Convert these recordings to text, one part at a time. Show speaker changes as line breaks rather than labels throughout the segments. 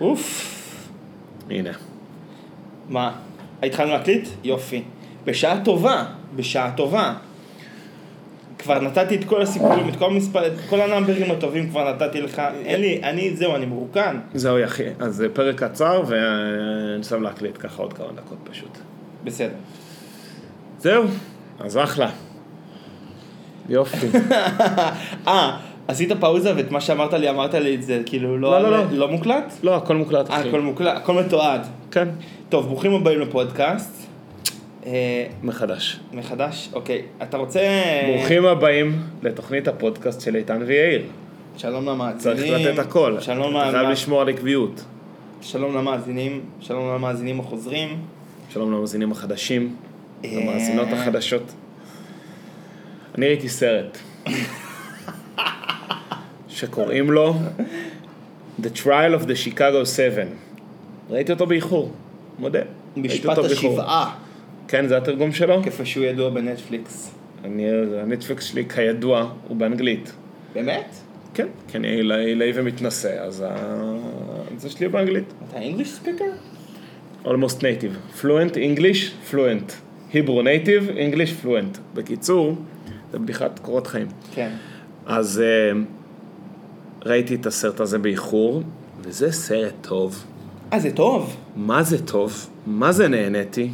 אוף.
הנה.
מה? התחלנו להקליט? יופי. בשעה טובה, בשעה טובה. כבר נתתי את כל הסיפורים, את כל המספר, את כל הנאמברים הטובים כבר נתתי לך. אין לי, אני, זהו, אני מרוקן.
זהו יחי, אז זה פרק קצר ואני שם להקליט ככה עוד כמה דקות פשוט.
בסדר.
זהו, אז אחלה. יופי.
אה, עשית פאוזה ואת מה שאמרת לי, אמרת לי את זה, כאילו, לא,
לא, לא, לא.
לא מוקלט?
לא, הכל מוקלט.
אה,
אחי.
הכל מוקלט, הכל מתועד.
כן,
טוב, ברוכים הבאים לפודקאסט. אה,
מחדש.
מחדש, אוקיי. אתה רוצה...
ברוכים הבאים לתוכנית הפודקאסט של איתן ויאיר.
שלום
צריך
למאזינים.
לתת הכל.
שלום
אתה חייב
למאזינים.
לשמור על עקביות.
שלום למאזינים, שלום למאזינים החוזרים.
שלום למאזינים החדשים,
אה.
למאזינות החדשות. אני ראיתי סרט שקוראים לו The Trial of the Chicago 7. ראיתי אותו באיחור, מודה. ראיתי
משפט
אותו באיחור.
השבעה,
כן, זה התרגום שלו?
כפי שהוא ידוע בנטפליקס.
אני, הנטפליקס שלי כידוע הוא באנגלית.
באמת?
כן, כי אני עילאי עילאי ומתנשא, אז ה... זה שלי הוא באנגלית.
אתה English speaker?
almost native. fluent English, fluent. Hebrew native, English fluent. בקיצור, זה בדיחת קורות חיים.
כן.
אז אה, ראיתי את הסרט הזה באיחור, וזה סרט טוב.
אה, זה טוב.
מה זה טוב? מה זה נהניתי?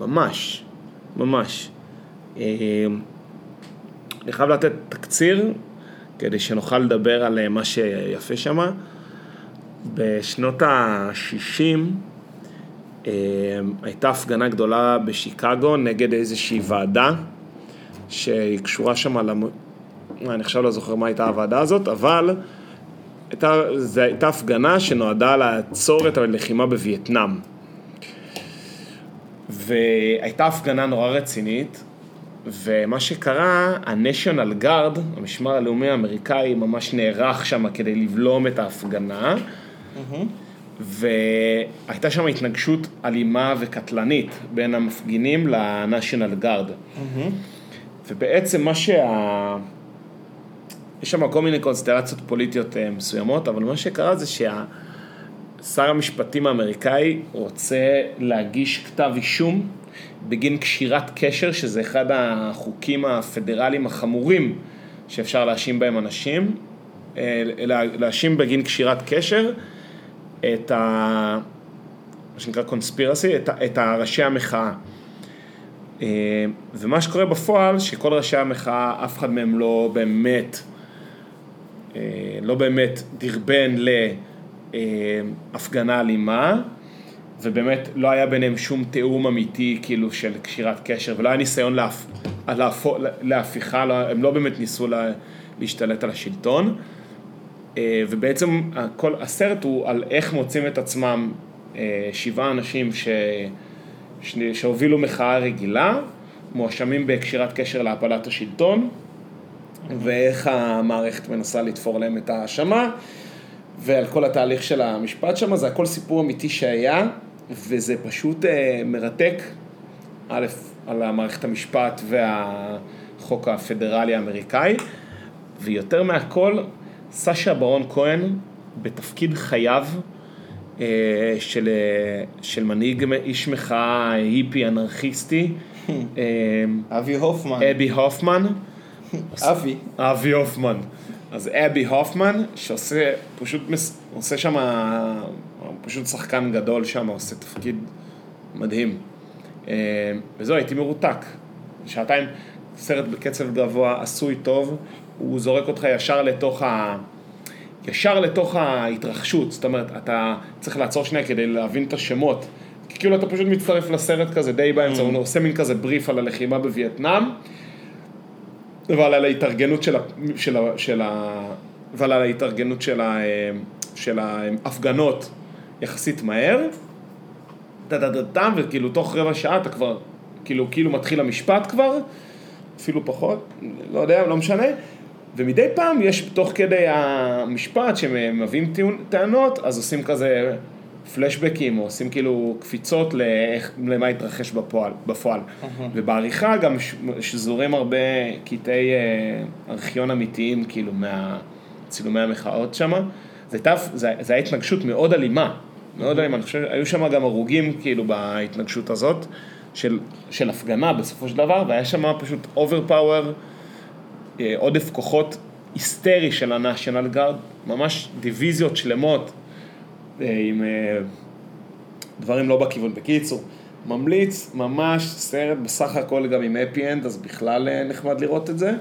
ממש, ממש. אה, אני חייב לתת תקציר, כדי שנוכל לדבר על אה, מה שיפה שמה. בשנות ה-60 אה, הייתה הפגנה גדולה בשיקגו נגד איזושהי ועדה, שהיא קשורה שם למ... אני עכשיו לא זוכר מה הייתה הוועדה הזאת, אבל הייתה, זו הייתה הפגנה שנועדה לעצור את הלחימה בווייטנאם. והייתה הפגנה נורא רצינית, ומה שקרה, ה-National Guard, המשמר הלאומי האמריקאי, ממש נערך שם כדי לבלום את ההפגנה, והייתה שם התנגשות אלימה וקטלנית בין המפגינים ל-National Guard. ובעצם מה שה... יש שם כל מיני קונסטלציות פוליטיות אה, מסוימות, אבל מה שקרה זה שהשר המשפטים האמריקאי רוצה להגיש כתב אישום בגין קשירת קשר, שזה אחד החוקים הפדרליים החמורים שאפשר להאשים בהם אנשים, אה, לה- להאשים בגין קשירת קשר את ה... מה שנקרא קונספירסי, את, ה- את ראשי המחאה. אה, ומה שקורה בפועל, שכל ראשי המחאה, אף אחד מהם לא באמת, אה, לא באמת דרבן להפגנה אלימה, ובאמת לא היה ביניהם שום תיאום אמיתי, כאילו, של קשירת קשר, ולא היה ניסיון להפ... להפו... להפיכה, לא... הם לא באמת ניסו לה... להשתלט על השלטון. אה, ובעצם כל הסרט הוא על איך מוצאים את עצמם אה, שבעה אנשים ש... ש... שהובילו מחאה רגילה, מואשמים בקשירת קשר להפלת השלטון, ואיך המערכת מנסה לתפור להם את ההאשמה, ועל כל התהליך של המשפט שם, זה הכל סיפור אמיתי שהיה, וזה פשוט אה, מרתק, א', על המערכת המשפט והחוק הפדרלי האמריקאי, ויותר מהכל, סשה ברון כהן, בתפקיד חייו אה, של, אה, של מנהיג איש מחאה היפי אנרכיסטי, אה,
אבי הופמן.
אבי הופמן, אה,
אבי.
אבי הופמן. אז אבי הופמן, שעושה, פשוט מס, עושה שם, הוא פשוט שחקן גדול שם, עושה תפקיד מדהים. אה, וזהו, הייתי מרותק. שעתיים, סרט בקצב גבוה, עשוי טוב, הוא זורק אותך ישר לתוך ה... ישר לתוך ההתרחשות, זאת אומרת, אתה צריך לעצור שנייה כדי להבין את השמות. כי כאילו אתה פשוט מצטרף לסרט כזה די באמצע, הוא עושה מין כזה בריף על הלחימה בווייטנאם, ועל על ההתארגנות של, ה, של, ה, של ה... ועל על ההתארגנות של, ה, של ההפגנות יחסית מהר, טה-טה-טה-טם, וכאילו תוך רבע שעה אתה כבר, כאילו, כאילו מתחיל המשפט כבר, אפילו פחות, לא יודע, לא משנה. ומדי פעם יש תוך כדי המשפט שמביאים טיעון- טענות, אז עושים כזה פלשבקים, או עושים כאילו קפיצות לאיך, למה התרחש בפועל. בפועל. ובעריכה גם ש- שזורים הרבה קטעי אה, ארכיון אמיתיים, כאילו, מהצילומי המחאות שם, זה הייתה, זה, זה היה התנגשות מאוד אלימה, מאוד אלימה, אני חושב, היו שם גם הרוגים כאילו בהתנגשות הזאת, של, של הפגנה בסופו של דבר, והיה שם פשוט אוברפאוור, אה, עודף כוחות היסטרי של ה-National Guard, ממש דיוויזיות שלמות אה, עם אה, דברים לא בכיוון. בקיצור, ממליץ, ממש סרט בסך הכל גם עם happy end, אז בכלל אה, נחמד לראות את זה.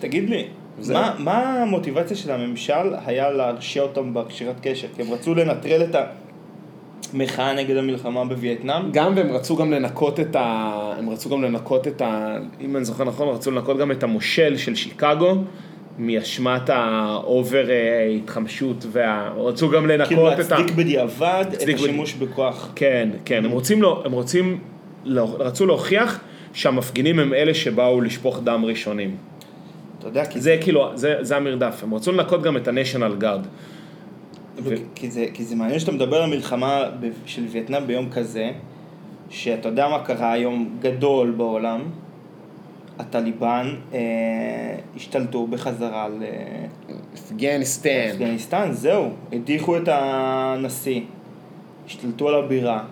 תגיד לי,
זה-
מה- מה המוטיבציה של הממשל היה להרשיע אותם בקשירת קשר? כי הם רצו לנטרל את המחאה נגד המלחמה בווייטנאם?
גם, והם רצו גם לנקות את ה... הם רצו גם לנקות את ה... אם אני זוכר נכון, רצו לנקות גם את המושל של שיקגו. מאשמת האובר אה, התחמשות, וה... רצו גם לנקות
כאילו
את ה...
להצדיק בדיעבד את
להצדיק בד-
השימוש בכוח.
כן, כן, הם רוצים, לא, הם רוצים, לא, רצו להוכיח שהמפגינים הם אלה שבאו לשפוך דם ראשונים.
אתה יודע, כי
זה כאילו, זה, זה המרדף, הם רצו לנקות גם את ה-National Guard.
ו- כי זה, כי זה מעניין שאתה מדבר על המלחמה ב- של וייטנאם ביום כזה, שאתה יודע מה קרה היום גדול בעולם, הטליבן אה, השתלטו בחזרה על אה,
אפגניסטן.
אפגניסטן, זהו, הדיחו את הנשיא, השתלטו על הבירה.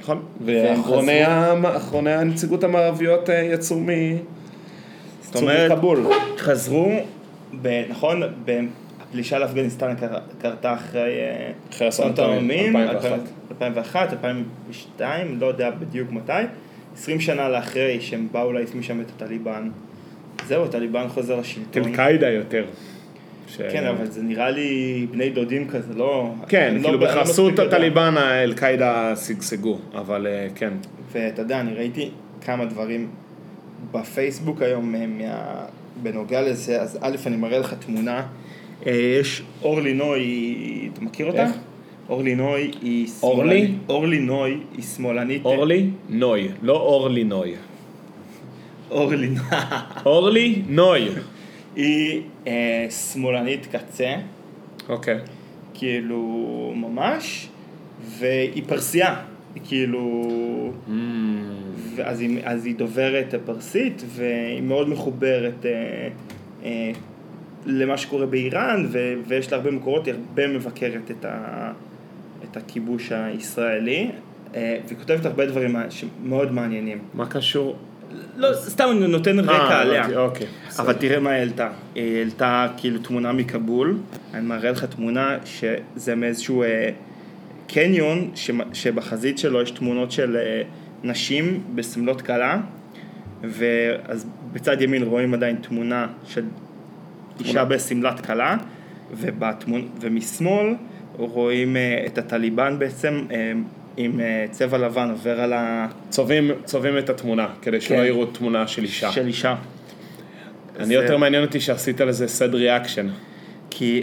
נכון,
והם
ואחרוני
חזרו.
המ- אחרוני הנציגות המערביות אה, יצאו מ... זאת אומרת,
מכבול. חזרו, ב, נכון, ב- הפלישה לאפגניסטן קר- קרתה אחרי אה,
אחרי
אסונות
אסונות
העולמים,
2001.
2001, 2002, לא יודע בדיוק מתי, 20 שנה לאחרי שהם באו להעיף משם את הטליבן. זהו, הטליבן חוזר לשלטון.
אל-קאידה יותר. ש-
כן, אבל זה נראה לי בני דודים כזה, לא...
כן,
לא-
כאילו
לא מספיק
בחסות
יודע.
הטליבן האל-קאידה שגשגו, אבל אה, כן.
ואתה יודע, אני ראיתי כמה דברים בפייסבוק היום אה, מה... בנוגע לזה, אז א', אני מראה לך תמונה. אה, יש אורלי נוי, אתה מכיר אותה?
איך?
אורלי נוי היא שמאלנית.
אורלי?
אורלי נוי היא שמאלנית.
אורלי נוי, לא אורלי נוי.
אורלי נוי.
אורלי נוי.
היא אה, שמאלנית קצה,
אוקיי.
כאילו ממש, והיא פרסייה, היא כאילו...
Mm.
אז היא, אז היא דוברת פרסית, והיא מאוד מחוברת אה, אה, למה שקורה באיראן, ו, ויש לה הרבה מקורות, היא הרבה מבקרת את, ה, את הכיבוש הישראלי, אה, והיא כותבת הרבה דברים מאוד מעניינים.
מה קשור?
לא, סתם אני נותן רקע
אה,
עליה.
אוקיי.
אבל תראה מה היא העלתה. היא העלתה כאילו תמונה מכבול, אני מראה לך תמונה שזה מאיזשהו אה, קניון, שמ- שבחזית שלו יש תמונות של אה, נשים בשמלות כלה, ואז בצד ימין רואים עדיין תמונה של אישה בשמלת כלה, ובתמונ... ומשמאל רואים אה, את הטליבן בעצם אה, עם אה, צבע לבן עובר על ה...
צובעים- צובעים את התמונה, כדי שלא
כן.
יראו תמונה של אישה.
של אישה.
אני
זה-
יותר מעניין אותי שעשית לזה סד ריאקשן.
כי...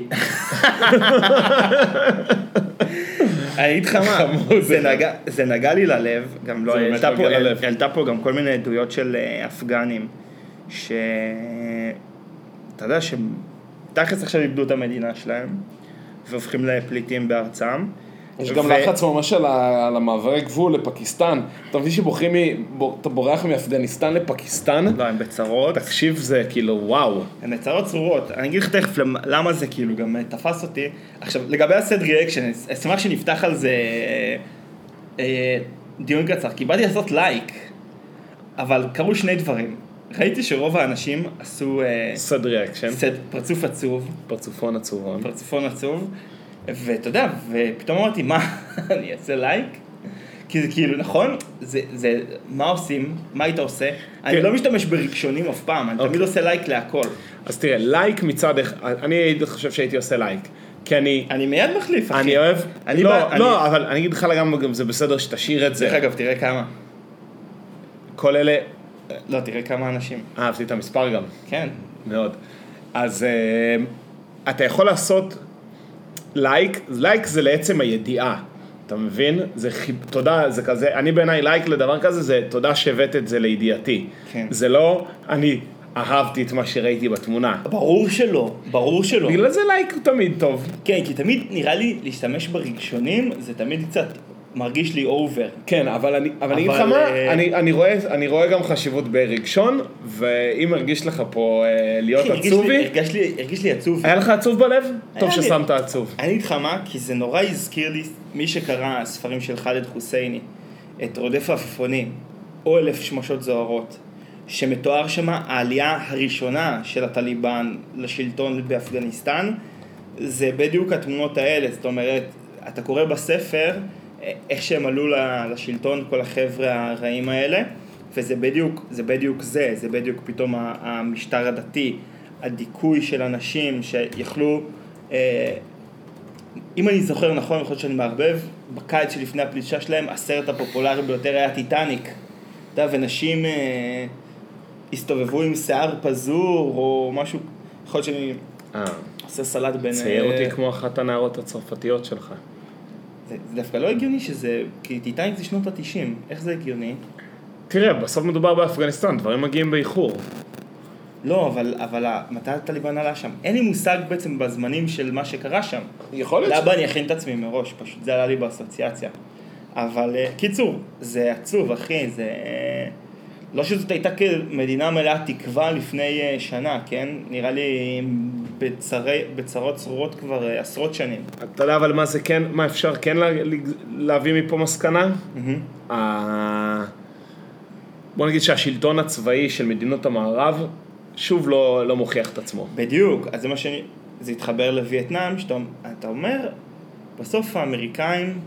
אני אגיד לך מה,
חמוד.
זה נגע- זה נגע לי ללב, גם לא,
זה באמת
העלתה
נגע
פה-
ללב.
העלתה פה גם כל מיני עדויות של אה, אפגנים, ש... אתה יודע שהם תכלס עכשיו איבדו את המדינה שלהם, והופכים לפליטים בארצם.
יש
ו-
גם לחץ ממש על, ה, על המעברי גבול לפקיסטן. אתה מבין שבורחים, מ- בור- אתה בורח מאפגניסטן לפקיסטן?
לא, הם בצרות.
תקשיב, זה כאילו, וואו.
הן הצהרות צרורות, אני אגיד לך תכף למ- למה זה כאילו גם אה, תפס אותי. עכשיו, לגבי הסד ריאקשן, אני אשמח שנפתח על זה אה, אה, דיון קצר, כי באתי לעשות לייק, אבל קרו שני דברים. ראיתי שרוב האנשים עשו אה,
סד ריאקשן,
סד, פרצוף עצוב,
פרצופון עצובון.
פרצופון עצוב, ואתה יודע, ופתאום אמרתי, מה, אני אעשה לייק? כי זה כאילו, נכון, זה, זה, מה עושים, מה היית עושה? אני
כן. אוקיי.
לא משתמש ברגשונים אף פעם, אני תמיד עושה לייק להכל.
אז תראה, לייק מצד אחד, אני הייתי חושב שהייתי עושה לייק. כי אני,
אני מיד מחליף, אחי.
אני אוהב,
אני
לא,
בא-
לא,
אני-
אבל אני אגיד לך לגמרי, גם זה בסדר שתשאיר את
דרך
זה.
אגב, תראה כמה.
כל אלה,
לא, תראה כמה אנשים.
אהבתי את המספר גם.
כן.
מאוד. אז אה, אתה יכול לעשות לייק, לייק זה לעצם הידיעה, אתה מבין? זה חיב, תודה, זה כזה, אני בעיניי לייק לדבר כזה זה תודה שהבאת את זה לידיעתי.
כן.
זה לא, אני אהבתי את מה שראיתי בתמונה.
ברור שלא, ברור שלא.
בגלל זה לייק הוא תמיד טוב.
כן, כי תמיד נראה לי להשתמש ברגשונים זה תמיד קצת מרגיש לי אובר.
כן, אבל אני אבל אני אגיד לך
אבל,
מה,
אה,
אני- אני רואה- אני רואה גם חשיבות ברגשון, ואם הרגיש לך פה אה, להיות עצובי,
כן, הרגיש לי, הרגיש לי עצובי.
היה לך עצוב בלב? טוב
לי.
ששמת עצוב.
אני אגיד לך מה, כי זה נורא הזכיר לי מי שקרא ספרים של ח'אלד חוסייני, את רודף העפיפונים, או אלף שמשות זוהרות, שמתואר שם העלייה הראשונה של הטליבן לשלטון באפגניסטן, זה בדיוק התמונות האלה, זאת אומרת, אתה קורא בספר אה, איך שהם עלו ל- לשלטון כל החבר'ה הרעים האלה, וזה בדיוק זה, בדיוק זה, זה בדיוק פתאום ה- המשטר הדתי, הדיכוי של אנשים שיכלו אה, אם אני זוכר נכון, יכול להיות שאני מערבב, בקיץ שלפני הפלישה שלהם, הסרט הפופולרי ביותר היה טיטניק. אתה יודע, ונשים אה, הסתובבו עם שיער פזור, או משהו, יכול להיות שאני
אה,
עושה סלט בין...
צייר
אה,
אותי כמו אחת הנערות הצרפתיות שלך.
זה, זה דווקא לא הגיוני שזה, כי טיטניק זה שנות התשעים, איך זה הגיוני?
תראה, בסוף מדובר באפגניסטן, דברים מגיעים באיחור.
לא, אבל, אבל ה- מתי הטליבן עלה שם? אין לי מושג בעצם בזמנים של מה שקרה שם.
יכול
למה אני אכין את עצמי מראש, פשוט זה עלה לי באסוציאציה. אבל אה, קיצור, זה עצוב, אחי, זה... אה, לא שזאת הייתה כמדינה מלאה תקווה לפני אה, שנה, כן? נראה לי בצרי, בצרות צרורות כבר אה, עשרות שנים.
אתה יודע אבל מה זה כן, מה אפשר כן לה, להביא מפה מסקנה? ה- בוא נגיד שהשלטון הצבאי של מדינות המערב שוב לא, לא מוכיח את עצמו.
בדיוק, אז זה מה שאני... זה התחבר לווייטנאם, שאתה אתה אומר, בסוף האמריקאים,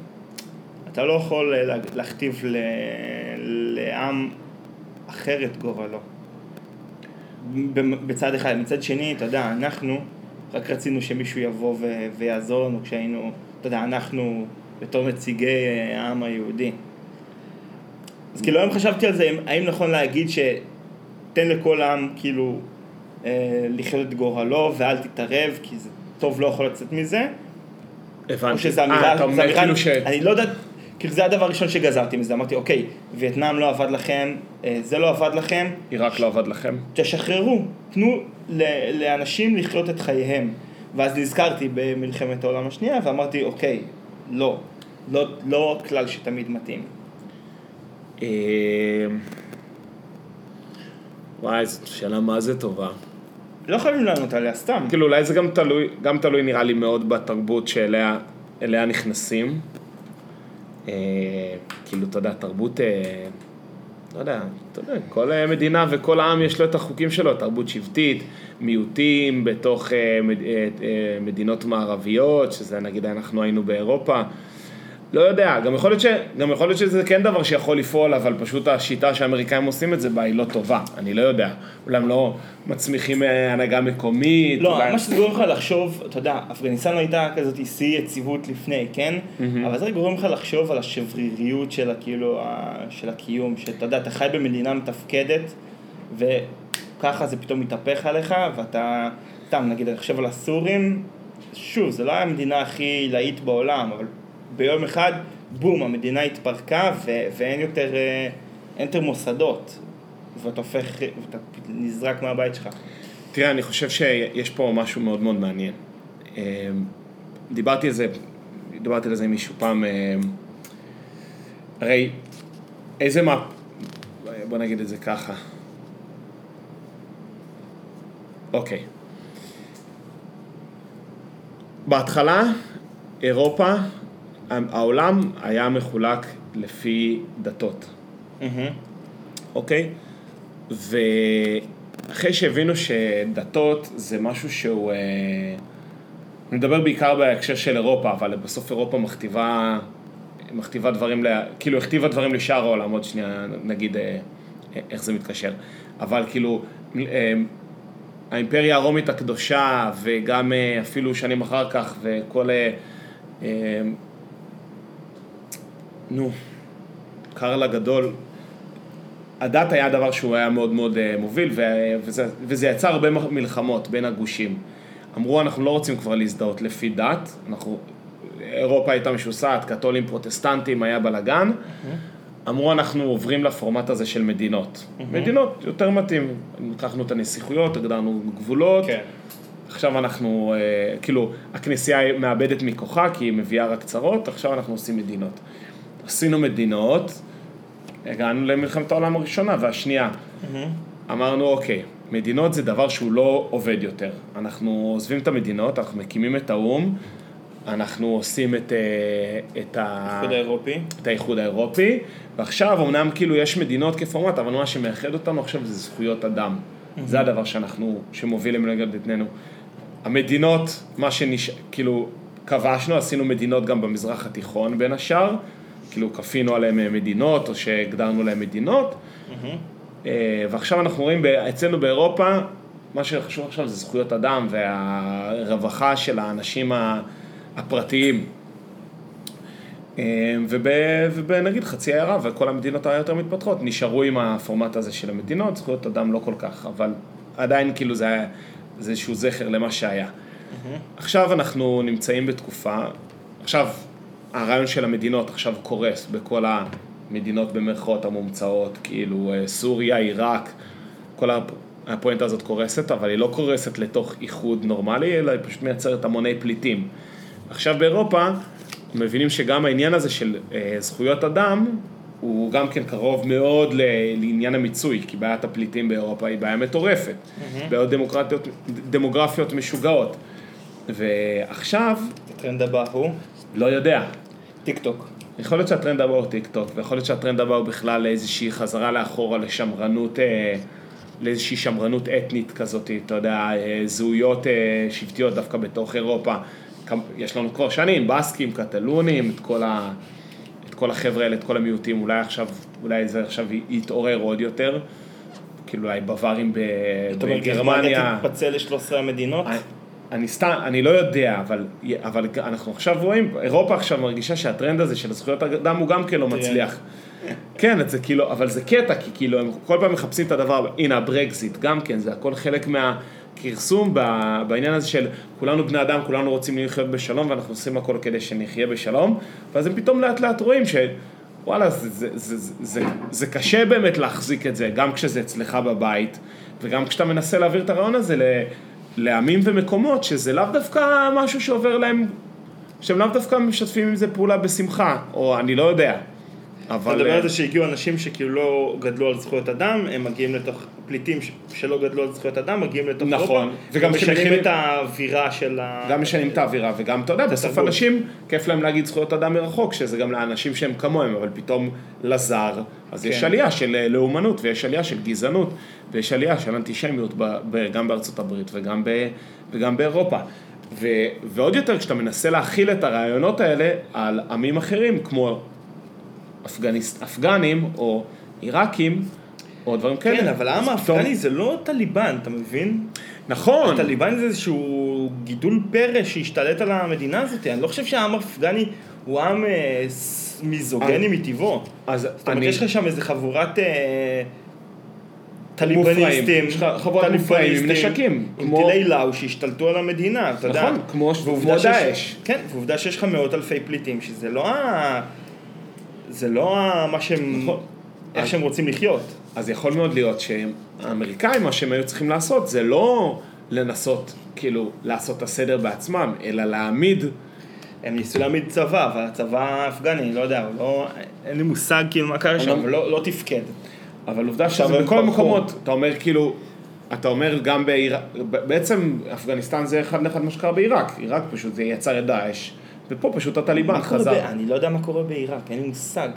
אתה לא יכול אה, לה- להכתיב ל, לעם אחר את גורלו. ב- בצד אחד. מצד שני, אתה יודע, אנחנו רק רצינו שמישהו יבוא ו, ויעזור לנו כשהיינו, אתה יודע, אנחנו בתור נציגי אה, העם היהודי. אז כאילו היום חשבתי על זה, אם- האם נכון להגיד שתן לכל עם כאילו אה, לחיות את גורלו ואל תתערב, כי זה טוב לא יכול לצאת מזה,
הבנתי.
או שזה
אה,
אמירה,
אתה
זה
אומר
אמירה,
כאילו ש...
אני לא יודעת, כאילו זה הדבר הראשון שגזרתי מזה, אמרתי אוקיי, וייטנאם לא עבד לכם, אה, זה לא עבד לכם,
עיראק לא עבד לכם.
תשחררו, תנו ל- לאנשים לחיות את חייהם. ואז נזכרתי במלחמת העולם השנייה ואמרתי אוקיי, לא, לא, לא כלל שתמיד מתאים.
אה, וואי, זאת שאלה מה זה טובה.
לא חייבים לענות עליה סתם.
כאילו אולי זה גם תלוי, גם תלוי נראה לי מאוד בתרבות שאליה אליה נכנסים. אה, כאילו, אתה יודע, תרבות, אה, לא יודע, אתה יודע, כל אה, מדינה וכל עם יש לו את החוקים שלו, תרבות שבטית, מיעוטים בתוך אה, מד, אה, אה, מדינות מערביות, שזה נגיד אנחנו היינו באירופה. לא יודע, גם יכול, להיות ש, גם יכול להיות שזה כן דבר שיכול לפעול, אבל פשוט השיטה שהאמריקאים עושים את זה בה היא לא טובה, אני לא יודע. אולי הם לא מצמיחים אה, הנהגה מקומית.
לא,
אולי...
מה שזה גורם לך לחשוב, אתה יודע, אפגניסטן לא הייתה כזאת שיא יציבות לפני, כן? אבל זה גורם לך לחשוב על השבריריות של כאילו, ה- של הקיום, שאתה יודע, אתה חי במדינה מתפקדת, וככה זה פתאום מתהפך עליך, ואתה, סתם, נגיד, אני חושב על הסורים, שוב, זה לא היה המדינה הכי עילאית בעולם, אבל ביום אחד, בום, המדינה התפרקה, ו- ואין יותר, אה, אין יותר מוסדות, ואתה הופך, ואתה נזרק מהבית שלך.
תראה, אני חושב שיש פה משהו מאוד מאוד מעניין. אמ, דיברתי על זה, דיברתי על זה עם מישהו פעם. אמ, הרי איזה מה... בוא נגיד את זה ככה. אוקיי. בהתחלה, אירופה, העולם היה מחולק לפי דתות.
מהמם.
אוקיי? ואחרי שהבינו שדתות זה משהו שהוא... אה, אני מדבר בעיקר בהקשר של אירופה, אבל בסוף אירופה מכתיבה, מכתיבה דברים, ל, כאילו הכתיבה דברים לשאר העולם, עוד שנייה נגיד אה, איך זה מתקשר. אבל כאילו, אה, האימפריה הרומית הקדושה, וגם אה, אפילו שנים אחר כך, וכל... אה, אה, נו, קרל הגדול, הדת היה דבר שהוא היה מאוד מאוד אה, מוביל, ו- וזה, וזה יצר הרבה מח- מלחמות בין הגושים. אמרו, אנחנו לא רוצים כבר להזדהות לפי דת, אנחנו, אירופה הייתה משוסעת, קתולים, פרוטסטנטים, היה בלאגן. אמרו, אנחנו עוברים לפורמט הזה של מדינות. מדינות יותר מתאים. לקחנו את הנסיכויות, הגדרנו גבולות.
כן.
עכשיו אנחנו, אה, כאילו, הכנסייה מאבדת מכוחה כי היא מביאה רק צרות, עכשיו אנחנו עושים מדינות. עשינו מדינות, הגענו למלחמת העולם הראשונה והשנייה. אמרנו, אוקיי, מדינות זה דבר שהוא לא עובד יותר. אנחנו עוזבים את המדינות, אנחנו מקימים את האו"ם, אנחנו עושים את, אה, את ה...
האיחוד האירופי.
את האיחוד האירופי, ועכשיו אמנם כאילו יש מדינות כפורמט, אבל מה שמאחד אותנו עכשיו זה זכויות אדם. זה הדבר שאנחנו, שמוביל למנגד אתננו. המדינות, מה שנש... כאילו, כבשנו, עשינו מדינות גם במזרח התיכון בין השאר, כאילו כפינו עליהן אה, מדינות, או שהגדרנו להן מדינות, אה, ועכשיו אנחנו רואים ב- אצלנו באירופה, מה שחשוב עכשיו זה זכויות אדם והרווחה של האנשים ה- הפרטיים. אה, וב, ובנגיד חצי העיירה וכל המדינות היותר מתפתחות נשארו עם הפורמט הזה של המדינות, זכויות אדם לא כל כך, אבל עדיין כאילו זה היה, זה איזשהו זכר למה שהיה. עכשיו אנחנו נמצאים בתקופה, עכשיו הרעיון של המדינות עכשיו קורס בכל המדינות במרכאות המומצאות, כאילו אה, סוריה, עיראק, כל הפ- הפואנטה הזאת קורסת, אבל היא לא קורסת לתוך איחוד נורמלי, אלא היא פשוט מייצרת המוני פליטים. עכשיו באירופה מבינים שגם העניין הזה של אה, זכויות אדם הוא גם כן קרוב מאוד ל- לעניין המיצוי, כי בעיית הפליטים באירופה היא בעיה מטורפת, בעיות דמוקרטיות, דמוגרפיות משוגעות. ועכשיו,
הטרנד הבא הוא
לא יודע.
טיק טוק.
יכול להיות שהטרנד הבא הוא טיק טוק, ויכול להיות שהטרנד הבא הוא בכלל איזושהי חזרה לאחורה לשמרנות, אה, לאיזושהי שמרנות אתנית כזאת, אתה יודע, אה, זהויות אה, שבטיות דווקא בתוך אירופה. כמ- יש לנו כבר שנים, בסקים, קטלונים, את כל, ה, את כל החבר'ה האלה, את כל המיעוטים, אולי עכשיו, אולי זה עכשיו י- יתעורר עוד יותר, כאילו אולי בווארים ב,
זאת אומרת, גרמניה
בגרמניה. אה,
תתפצל ל-13 המדינות.
אני- אני סתם, אני לא יודע, אבל, אבל אנחנו עכשיו רואים, אירופה עכשיו מרגישה שהטרנד הזה של זכויות אדם הוא גם כן לא מצליח. כן, זה כאילו, אבל זה קטע, כי כאילו הם כל פעם מחפשים את הדבר, הנה הברקזיט, גם כן, זה הכל חלק מהכרסום ב- בעניין הזה של כולנו בני אדם, כולנו רוצים לחיות בשלום, ואנחנו עושים הכל כדי שנחיה בשלום, ואז הם פתאום לאט לאט רואים ש... וואלה, זה, זה, זה, זה, זה, זה קשה באמת להחזיק את זה, גם כשזה אצלך בבית, וגם כשאתה מנסה להעביר את הרעיון הזה ל, לעמים ומקומות, שזה לאו דווקא משהו שעובר להם, שהם לאו דווקא משתפים עם זה פעולה בשמחה, או אני לא יודע. אבל...
אתה מדבר
אה,
על זה שהגיעו אנשים שכאילו לא גדלו על זכויות אדם, הם מגיעים לתוך, פליטים ש- שלא גדלו על זכויות אדם, מגיעים לתוך אירופה.
נכון. וגם
משנים
שמכינים-
את האווירה של ה...
גם משנים את האווירה, וגם, אתה יודע, בסוף
התרבות.
אנשים, כיף להם להגיד זכויות אדם מרחוק, שזה גם לאנשים שהם כמוהם, אבל פתאום לזר, אז יש
כן.
עלייה של אה, לאומנות, ויש עלייה של גזענות, ויש עלייה של אנטישמיות ב- ב- גם בארצות הברית וגם, ב- וגם באירופה. ו, ועוד יותר, כשאתה מנסה להכיל את הרעיונות האלה על עמים אחרים, כמו אפגניס, אפגנים, או עיראקים, או דברים כאלה.
כן, אבל העם
אז פתאום-
האפגני זה לא טליבן, אתה מבין?
נכון.
הטליבן זה איזשהו גידול פרא שהשתלט על המדינה הזאת, אני לא חושב שהעם האפגני הוא עם אה, ס-
אה,
מיזוגני מטבעו.
אז
זאת אומרת,
אני-
יש לך שם איזה חבורת אה,
מופרעים.
טליבניסטים,
יש לך חבורת מופרעים עם נשקים,
עם
כמו-
טילי לאו שהשתלטו על המדינה, אתה יודע.
נכון, כמו-
ועובדה
כמו
שיש-
דאעש.
כן, ועובדה שיש לך מאות אלפי פליטים, שזה לא ה... זה לא ה- מה שהם...
נכון.
איך
אז-
שהם רוצים לחיות.
אז יכול מאוד להיות שהאמריקאים, מה שהם היו צריכים לעשות, זה לא לנסות, כאילו, לעשות את הסדר בעצמם, אלא להעמיד,
הם ניסו להעמיד צבא, אבל הצבא האפגני, לא יודע, הוא לא... אין לי מושג כאילו מה קרה שם,
אמנם-
אבל לא לא תפקד.
אבל עובדה
עכשיו
שזה
הם
בכל
ברחו.
המקומות, אתה אומר כאילו, אתה אומר גם בעיראק, בעצם אפגניסטן זה אחד לאחד מה שקרה בעיראק, עיראק פשוט זה יצר את דאעש, ופה פשוט הטליבן
מה קורה ב-
חזר,
אני לא יודע מה קורה בעיראק, אין לי מושג.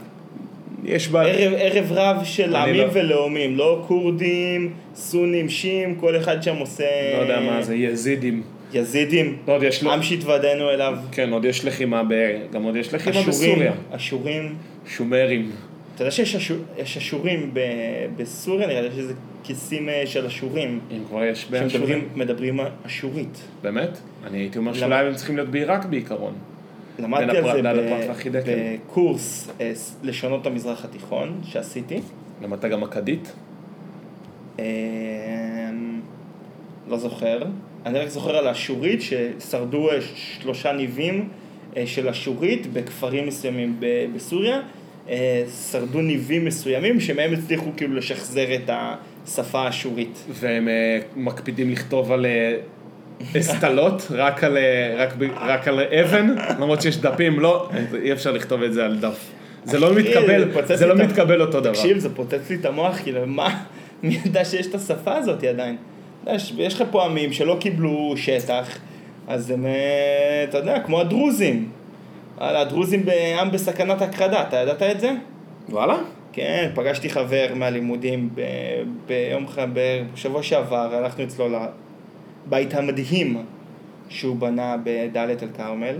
יש בעיה.
ערב, ערב רב של
אני
עמים
לא-
ולאומים, לא כורדים, סונים, שיעים, כל אחד שם עושה...
לא יודע מה זה, יזידים.
יזידים.
לא, עוד יש לו-
אה, עם שהתוודענו אליו.
כן, עוד יש לחימה, ב- גם עוד יש לחימה
אשורים,
בסוריה.
אשורים.
שומרים.
אתה יודע שיש אשור- יש אשורים ב- בסוריה, נראה לי יש איזה כיסים אה, של אשורים.
אם כבר יש באשורים.
שמדברים מדברים אשורית.
באמת? אני הייתי אומר
למה?
שאולי הם צריכים להיות בעיראק בעיקרון.
למדתי
הפרט-
על זה
ליד
ב-
הפרט והחידה, כן.
בקורס אה, ס- לשונות המזרח התיכון שעשיתי.
למדת גם אכדית?
אמ, לא זוכר. אני רק זוכר על האשורית ששרדו אה, ש- שלושה ניבים אה, של אשורית בכפרים מסוימים ב- בסוריה. אה, שרדו ניבים מסוימים שמהם הצליחו כאילו לשחזר את השפה האשורית.
והם אה, מקפידים לכתוב על אה, אסטלות, רק על, אה, רק, ב- רק על אבן, למרות שיש דפים, לא, אי אפשר לכתוב את זה על דף. זה לא מתקבל,
פוצץ
זה
לי
לא
את ה-
מתקבל אותו דבר.
תקשיב, זה פוצץ לי את המוח, כאילו, מה, מי ידע שיש את השפה הזאת עדיין? אתה יודע, יש- יש לך פה עמים שלא קיבלו שטח, אז הם, אה, אתה יודע, כמו הדרוזים. וואלה, הדרוזים בעם בסכנת הכחדה, אתה ידעת את זה?
וואלה?
כן, פגשתי חבר מהלימודים ב- ביום ח... בשבוע שעבר, הלכנו אצלו לבית המדהים שהוא בנה בדאלית אל כרמל,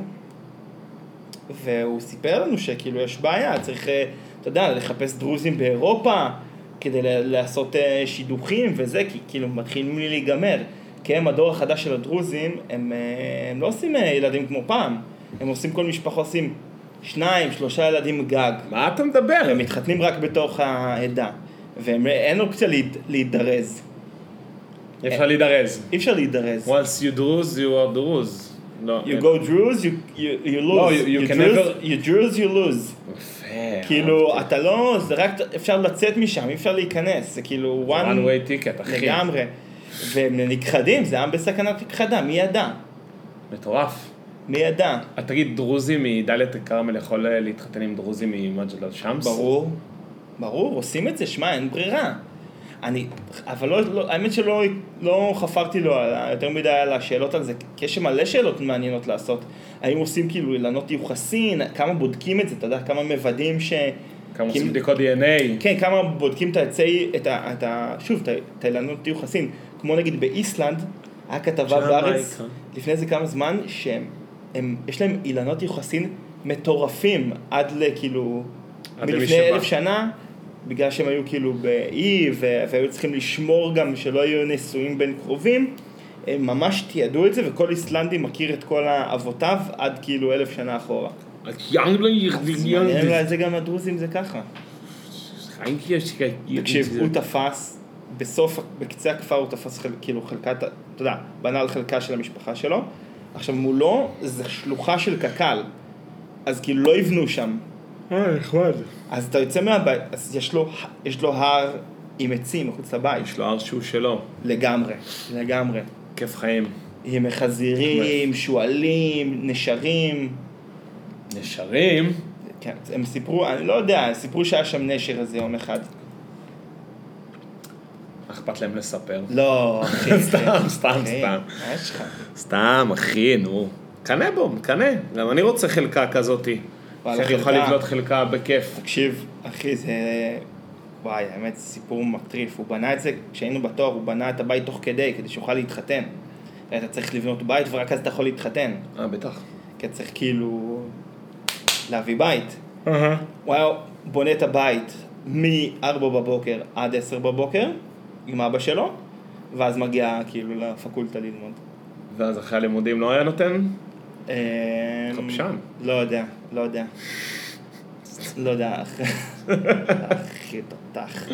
והוא סיפר לנו שכאילו יש בעיה, צריך, אה, אתה יודע, לחפש דרוזים באירופה כדי ל- לעשות אה, שידוכים וזה, כי כאילו מתחילים לי להיגמר. כי הם, הדור החדש של הדרוזים, הם, אה, הם לא עושים אה, ילדים כמו פעם, הם עושים כל משפחה, עושים שניים, שלושה ילדים גג.
מה אתה מדבר?
הם מתחתנים רק בתוך העדה, ואין אופציה להת- להתדרז.
אפשר להידרז.
אי אפשר להתדרז.
once you druse, you are druse. לא.
You go Druze, you, you, you lose.
לא, you- you can
Druze-
never-
you Druze, you lose.
יפה.
כאילו, אתה לא, זה רק, אפשר לצאת משם, אי אפשר להיכנס. זה כאילו,
one
one...
way ticket, אחי.
לגמרי. והם נכחדים, זה עם בסכנת הכחדה, מי ידע?
מטורף.
מי ידע?
אז תגיד, דרוזי מדאלית אל כרמל יכול אה, להתחתן עם דרוזי ממג'ד אל שמס?
ברור. ברור, עושים את זה, שמע, אין ברירה. אני, אבל לא, לא האמת שלא לא חפרתי לו על, ה- יותר מדי על השאלות על זה, כי יש מלא שאלות מעניינות לעשות. האם עושים כאילו אילנות יוחסין, כמה בודקים את זה, אתה יודע, כמה מוודאים ש... כאילו-
כמה
כי-
עושים בדיקות DNA?
כן, כמה בודקים את העצי, את ה... את ה שוב, את ה- את האילנות יוחסין, כמו נגיד באיסלנד, היה כתבה
ג'מייקה.
בארץ, לפני איזה כמה זמן, שהם, הם, יש להם אילנות יוחסין מטורפים, עד לכאילו,
עד למי
מלפני
שבא.
אלף שנה, בגלל שהם היו כאילו באי, ו- והיו צריכים לשמור גם שלא היו נישואים בין קרובים, הם ממש תיעדו את זה, וכל איסלנדי מכיר את כל אבותיו עד כאילו אלף שנה אחורה.
לא
זה גם הדרוזים זה ככה. תקשיב, הוא תפס, בסוף, בקצה הכפר הוא תפס חל, כאילו חלקת, אתה יודע, בנה על חלקה של המשפחה שלו. עכשיו מולו זה שלוחה של קק"ל, אז כאילו לא יבנו שם.
אה, נחמד.
אז אתה יוצא מהבית, אז יש לו, יש לו הר עם עצים מחוץ לבית.
יש לו הר שהוא שלו.
לגמרי, לגמרי.
כיף חיים.
עם חזירים, שועלים, נשרים.
נשרים?
כן, הם סיפרו, אני לא יודע, הם סיפרו שהיה שם נשר איזה יום אחד.
מה אכפת להם לספר?
לא, אחי, אחי,
סתם, סתם,
אחי,
סתם.
מה יש לך?
סתם, אחי, נו. קנה בו, קנה. גם אני רוצה חלקה כזאתי.
וואלה,
שאני אוכל
חלקה.
לבנות חלקה בכיף.
תקשיב, אחי, זה... וואי, האמת, זה סיפור מטריף. הוא בנה את זה, כשהיינו בתואר, הוא בנה את הבית תוך כדי, כדי שיוכל להתחתן. אתה צריך לבנות בית, ורק אז אתה יכול להתחתן.
אה, בטח.
כי אתה צריך כאילו... להביא בית. הוא היה בונה את הבית מ-4 בבוקר עד 10 בבוקר, עם אבא שלו, ואז מגיע כאילו לפקולטה ללמוד.
ואז אחרי הלימודים לא היה נותן?
אמ,
חפשן.
לא יודע, לא יודע. לא יודע, אחי. אחי, תותח.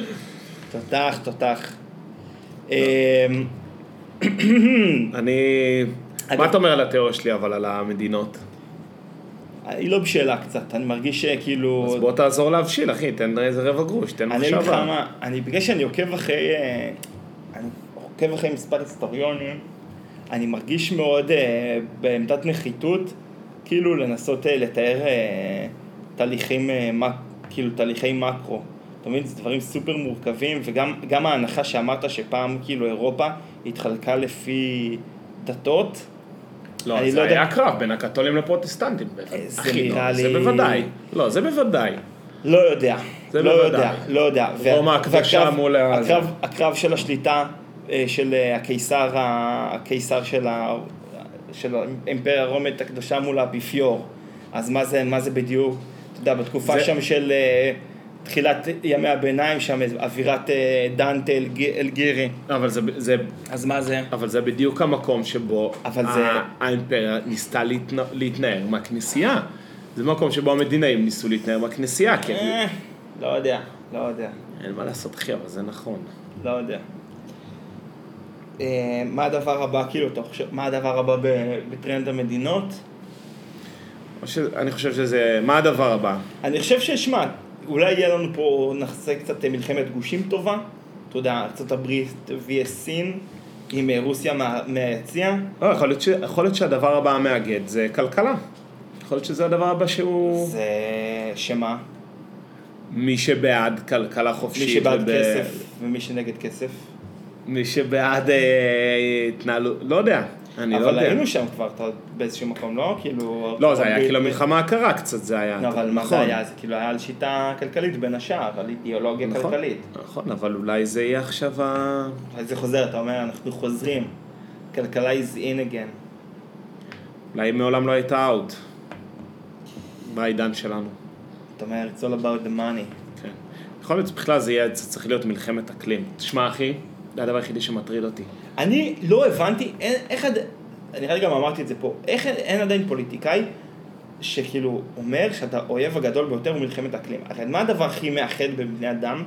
תותח, תותח. אמ,
אני...
אגב-
מה אתה אומר על התיאוריה שלי, אבל על המדינות?
היא לא בשאלה קצת, אני מרגיש שכאילו...
אז בוא תעזור להבשיל, אחי, תן איזה רבע גרוש, תן
אני אגיד לך
מחשבה.
מה, אני בגלל שאני עוקב אחרי, אה, אני עוקב אחרי מספר היסטוריונים, אני מרגיש מאוד אה, בעמדת נחיתות, כאילו לנסות אה, לתאר אה, תהליכים, אה, מק, כאילו תהליכי מקרו. אתה מבין, זה דברים סופר מורכבים, וגם גם ההנחה שאמרת שפעם כאילו אירופה התחלקה לפי דתות,
לא,
אני לא
זה
יודע- אה,
היה קרב בין הקתולים לפרוטסטנטים. בוודאי.
זה
אחי,
נראה
לא, זה
לי-
בוודאי. לא, זה בוודאי.
לא יודע,
זה
לא
בוודאי.
יודע, לא יודע. וה-
רומא הכבושה
והקרב-
מול ה-
הקרב, הקרב של השליטה אה, של אה, הקיסר, ה- הקיסר של, ה... של האימפריה הרומית הקדושה מול האפיפיור. אז מה זה, מה זה בדיוק? אתה יודע, בתקופה
זה-
שם של אה, תחילת ימי הביניים, שם אווירת אה, דנטה אלג- אלגירי.
אבל זה- זה...
אז מה זה?
אבל זה בדיוק המקום שבו
אבל
ה-
זה-
האימפריה ניסתה להתנה- להתנער מהכנסייה. זה מקום שבו המדינאים ניסו להתנער מהכנסייה, כי
אה, לא יודע, לא יודע.
אין מה לעשות, אחי, אבל זה נכון.
לא יודע. אה, מה הדבר הבא, כאילו, אתה חושב, מה הדבר הבא ב- בטרנד המדינות?
או ש- אני חושב שזה... מה הדבר הבא?
אני חושב ששמע, אולי יהיה לנו פה, נעשה קצת אה, מלחמת גושים טובה. אתה יודע, ארה"ב vs סין, עם אה, רוסיה מה- מהיציע.
לא, יכול להיות, ש... יכול להיות שהדבר הבא המאגד זה כלכלה. יכול להיות שזה הדבר הבא שהוא...
זה... שמה?
מי שבעד כלכלה חופשית.
מי שבעד
וב-
כסף ומי שנגד כסף.
מי שבעד אה, התנהלות, לא יודע, אני לא
אבל
יודע.
היינו שם כבר אתה- באיזשהו מקום, לא? כאילו...
לא, זה היה
ב-
כאילו
ב-
המלחמה הקרה קצת, זה היה.
לא, אבל מה זה
נכון.
היה? זה כאילו היה על שיטה כלכלית בין השאר, על אידיאולוגיה
נכון,
כלכלית.
נכון, אבל אולי זה יהיה עכשיו ה...
אז זה חוזר, אתה אומר, אנחנו חוזרים. כלכלה is in again.
אולי מעולם לא הייתה אאוט. בעידן שלנו.
אתה אומר, it's all about the money.
כן. יכול להיות שבכלל זה יהיה, זה צריך להיות מלחמת אקלים. תשמע אחי, זה הדבר היחידי שמטריד אותי.
אני לא הבנתי, אין, איך עד... אני נראה לי גם אמרתי את זה פה, איך אין, אין עדיין פוליטיקאי שכאילו אומר שאתה האויב הגדול ביותר במלחמת אקלים. הרי מה הדבר הכי מאחד בין בני אדם?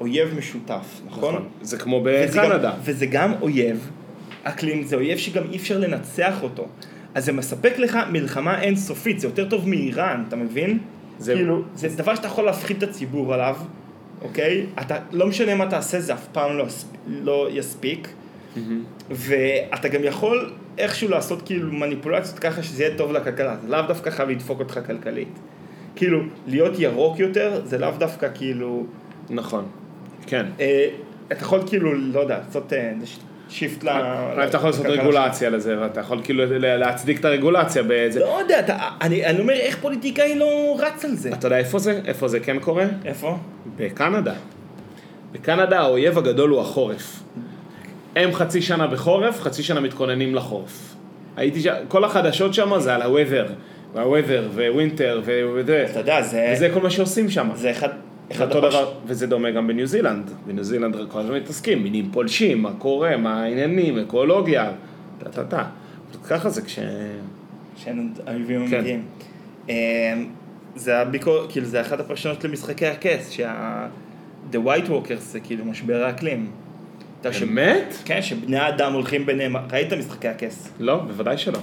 אויב משותף, נכון?
זה כמו
וזה גם-
בקנדה.
וזה גם אויב, אקלים זה אויב שגם אי אפשר לנצח אותו. אז זה מספק לך מלחמה אינסופית, זה יותר טוב מאיראן, אתה מבין?
זה-
זה... כאילו, זה דבר שאתה יכול להפחיד את הציבור עליו, אוקיי? אתה, לא משנה מה תעשה, זה אף פעם לא, יספ- לא יספיק. ואתה גם יכול איכשהו לעשות כאילו מניפולציות ככה שזה יהיה טוב לכלכלה, זה לאו דווקא חייב לדפוק אותך כלכלית. כאילו, להיות ירוק יותר, זה לאו דווקא כאילו...
נכון. כן.
אה, אתה יכול כאילו, לא יודע, לעשות אה, איזה ש- שיפט ל...
אולי אה, אתה יכול לעשות
לכלכלה
רגולציה לזה, ואתה יכול כאילו ל- להצדיק את הרגולציה
שלך.
באיזה...
לא יודע, אתה, אני, אני אומר, איך פוליטיקאי לא רץ על זה?
אתה יודע איפה זה? איפה זה כן קורה?
איפה?
בקנדה. בקנדה האויב הגדול הוא החורף. הם חצי שנה בחורף, חצי שנה מתכוננים לחורף. הייתי שם, כל החדשות שם זה על ה-weather, וה-weather, ו-winter, ו- וזה.
אתה יודע, זה,
וזה כל מה שעושים שם.
זה אחד... אחד
אותו
הפש-
דבר, וזה דומה גם בניו זילנד. בניו זילנד כל הזמן מתעסקים, מינים פולשים, מה קורה, מה העניינים, אקולוגיה, טה-טה-טה. ככה זה כש...
שאין עוד אויבים
כן.
אמיתיים. אה, זה הביקור, כאילו, זה אחת הפרשנות למשחקי הכס, שה... The White Walkers זה כאילו משבר האקלים. אתה ש-
באמת?
כן, שבני האדם הולכים ביניהם, ראית משחקי הכס.
לא, בוודאי שלא.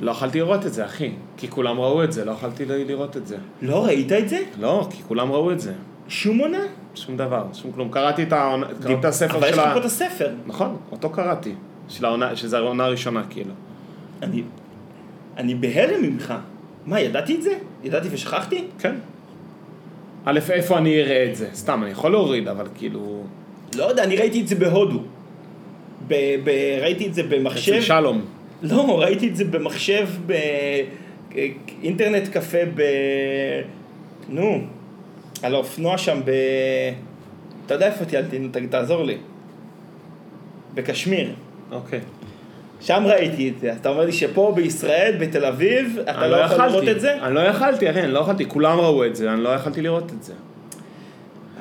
לא יכולתי לראות את זה, אחי. כי כולם ראו את זה, לא יכולתי ל- לראות את זה.
לא ראית את זה?
לא, כי כולם ראו את זה.
שום עונה?
שום דבר, שום כלום. קראתי את, העונה, קראתי את
אבל
הספר
יש
של
לך
ה...
פה את הספר.
נכון, אותו קראתי. של העונה, שזה העונה הראשונה, כאילו.
אני, אני בהלם ממך. מה, ידעתי את זה? ידעתי ושכחתי?
כן. א', איפה אני אראה את זה? סתם, אני יכול להוריד, אבל כאילו...
לא יודע, אני ראיתי את זה בהודו. ב, ב, ראיתי את זה
אצל
במחשב.
שלום.
לא, ראיתי את זה במחשב, באינטרנט קפה ב... נו, על האופנוע שם ב... אתה יודע איפה טיילתי, נו, ת- תעזור לי. בקשמיר.
אוקיי.
שם ראיתי את זה. אז אתה אומר לי שפה בישראל, בתל אביב, אתה
אני
לא יכול לראות את זה?
אני לא יכלתי, אחי, אני לא יכולתי. כולם ראו את זה, אני לא יכלתי לראות את זה.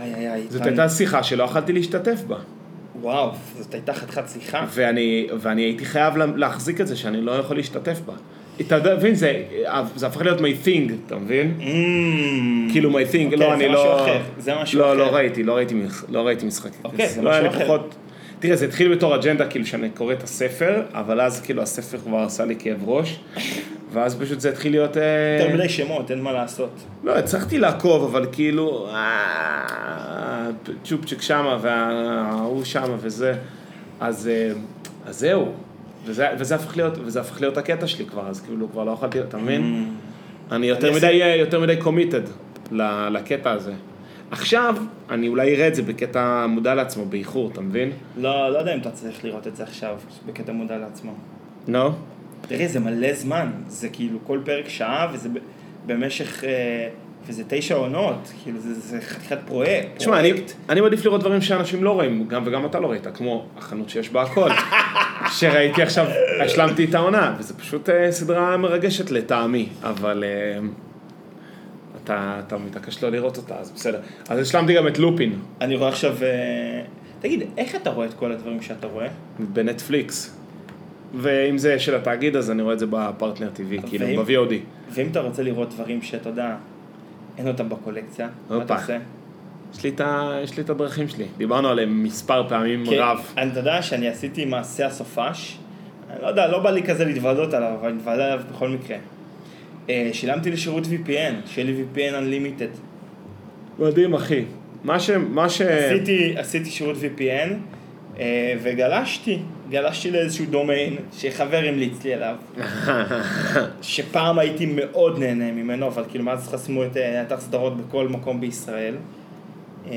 איי איי איי.
זאת
טל.
הייתה שיחה שלא יכלתי להשתתף בה.
וואו, זאת הייתה חתיכת שיחה.
ואני, ואני הייתי חייב לה- להחזיק את זה שאני לא יכול להשתתף בה. אתה יודע, מבין, זה, זה הפך להיות my thing, אתה מבין?
Mm.
כאילו my thing,
אוקיי,
לא,
זה
אני
משהו
לא...
אחר, זה משהו
לא,
אחר.
לא ראיתי, לא ראיתי, מח- לא ראיתי משחק.
אוקיי, זה
לא היה
משהו
לי
אחר.
פחות... תראה, זה התחיל בתור אג'נדה, כאילו, שאני קורא את הספר, אבל אז כאילו הספר כבר עשה לי כאב ראש, ואז פשוט זה התחיל להיות... אה,
יותר מדי שמות, אין מה לעשות.
לא, הצלחתי לעקוב, אבל כאילו, אה, צ'ופצ'יק שמה, וההוא שמה וזה. אז, אה, אז זהו. וזה, וזה, הפך להיות, וזה הפך להיות הקטע שלי כבר, אז כאילו כבר לא יכולתי, אתה מבין? אני יותר
אני
מדי, יותר מדי קומיטד לקטע הזה. עכשיו, אני אולי אראה את זה בקטע מודע לעצמו, באיחור, אתה מבין?
לא, לא יודע אם אתה צריך לראות את זה עכשיו, בקטע מודע לעצמו.
לא?
תראה, זה מלא זמן, זה כאילו כל פרק שעה, וזה ב- במשך... אה, וזה תשע עונות, כאילו זה, זה חתיכת פרויקט.
תשמע, אני, אני מעדיף לראות דברים שאנשים לא רואים, גם וגם אתה לא ראית, כמו החנות שיש בה הכל, שראיתי עכשיו, השלמתי את העונה, וזה פשוט אה, סדרה מרגשת לטעמי, אבל אה, אתה, אתה מתעקש לא לראות אותה, אז בסדר. אז השלמתי גם את לופין
אני רואה עכשיו... אה, תגיד, איך אתה רואה את כל הדברים שאתה רואה?
בנטפליקס, ואם זה של התאגיד, אז אני רואה את זה בפרטנר TV, כאילו,
ואם-
ב-VOD.
ואם אתה רוצה לראות דברים שאתה יודע, אין אותם בקולקציה, מה
הופה.
אתה עושה?
יש לי את ה- יש לי את הדרכים שלי, דיברנו עליהם מספר פעמים
כן,
רב.
אני- אתה יודע שאני עשיתי מעשה הסופש, אני לא יודע, לא בא לי כזה להתוודות עליו, אבל אני מתוודה עליו בכל מקרה. אה, שילמתי לשירות VPN, שיהיה לי VPN Unlimited.
מדהים, אחי. מה ש... מה ש...
עשיתי, עשיתי שירות VPN, אה, וגלשתי, גלשתי לאיזשהו דומיין שחבר המליץ לי עליו, שפעם הייתי מאוד נהנה ממנו, אבל כאילו מאז חסמו את אה, אתר סדרות בכל מקום בישראל. אה,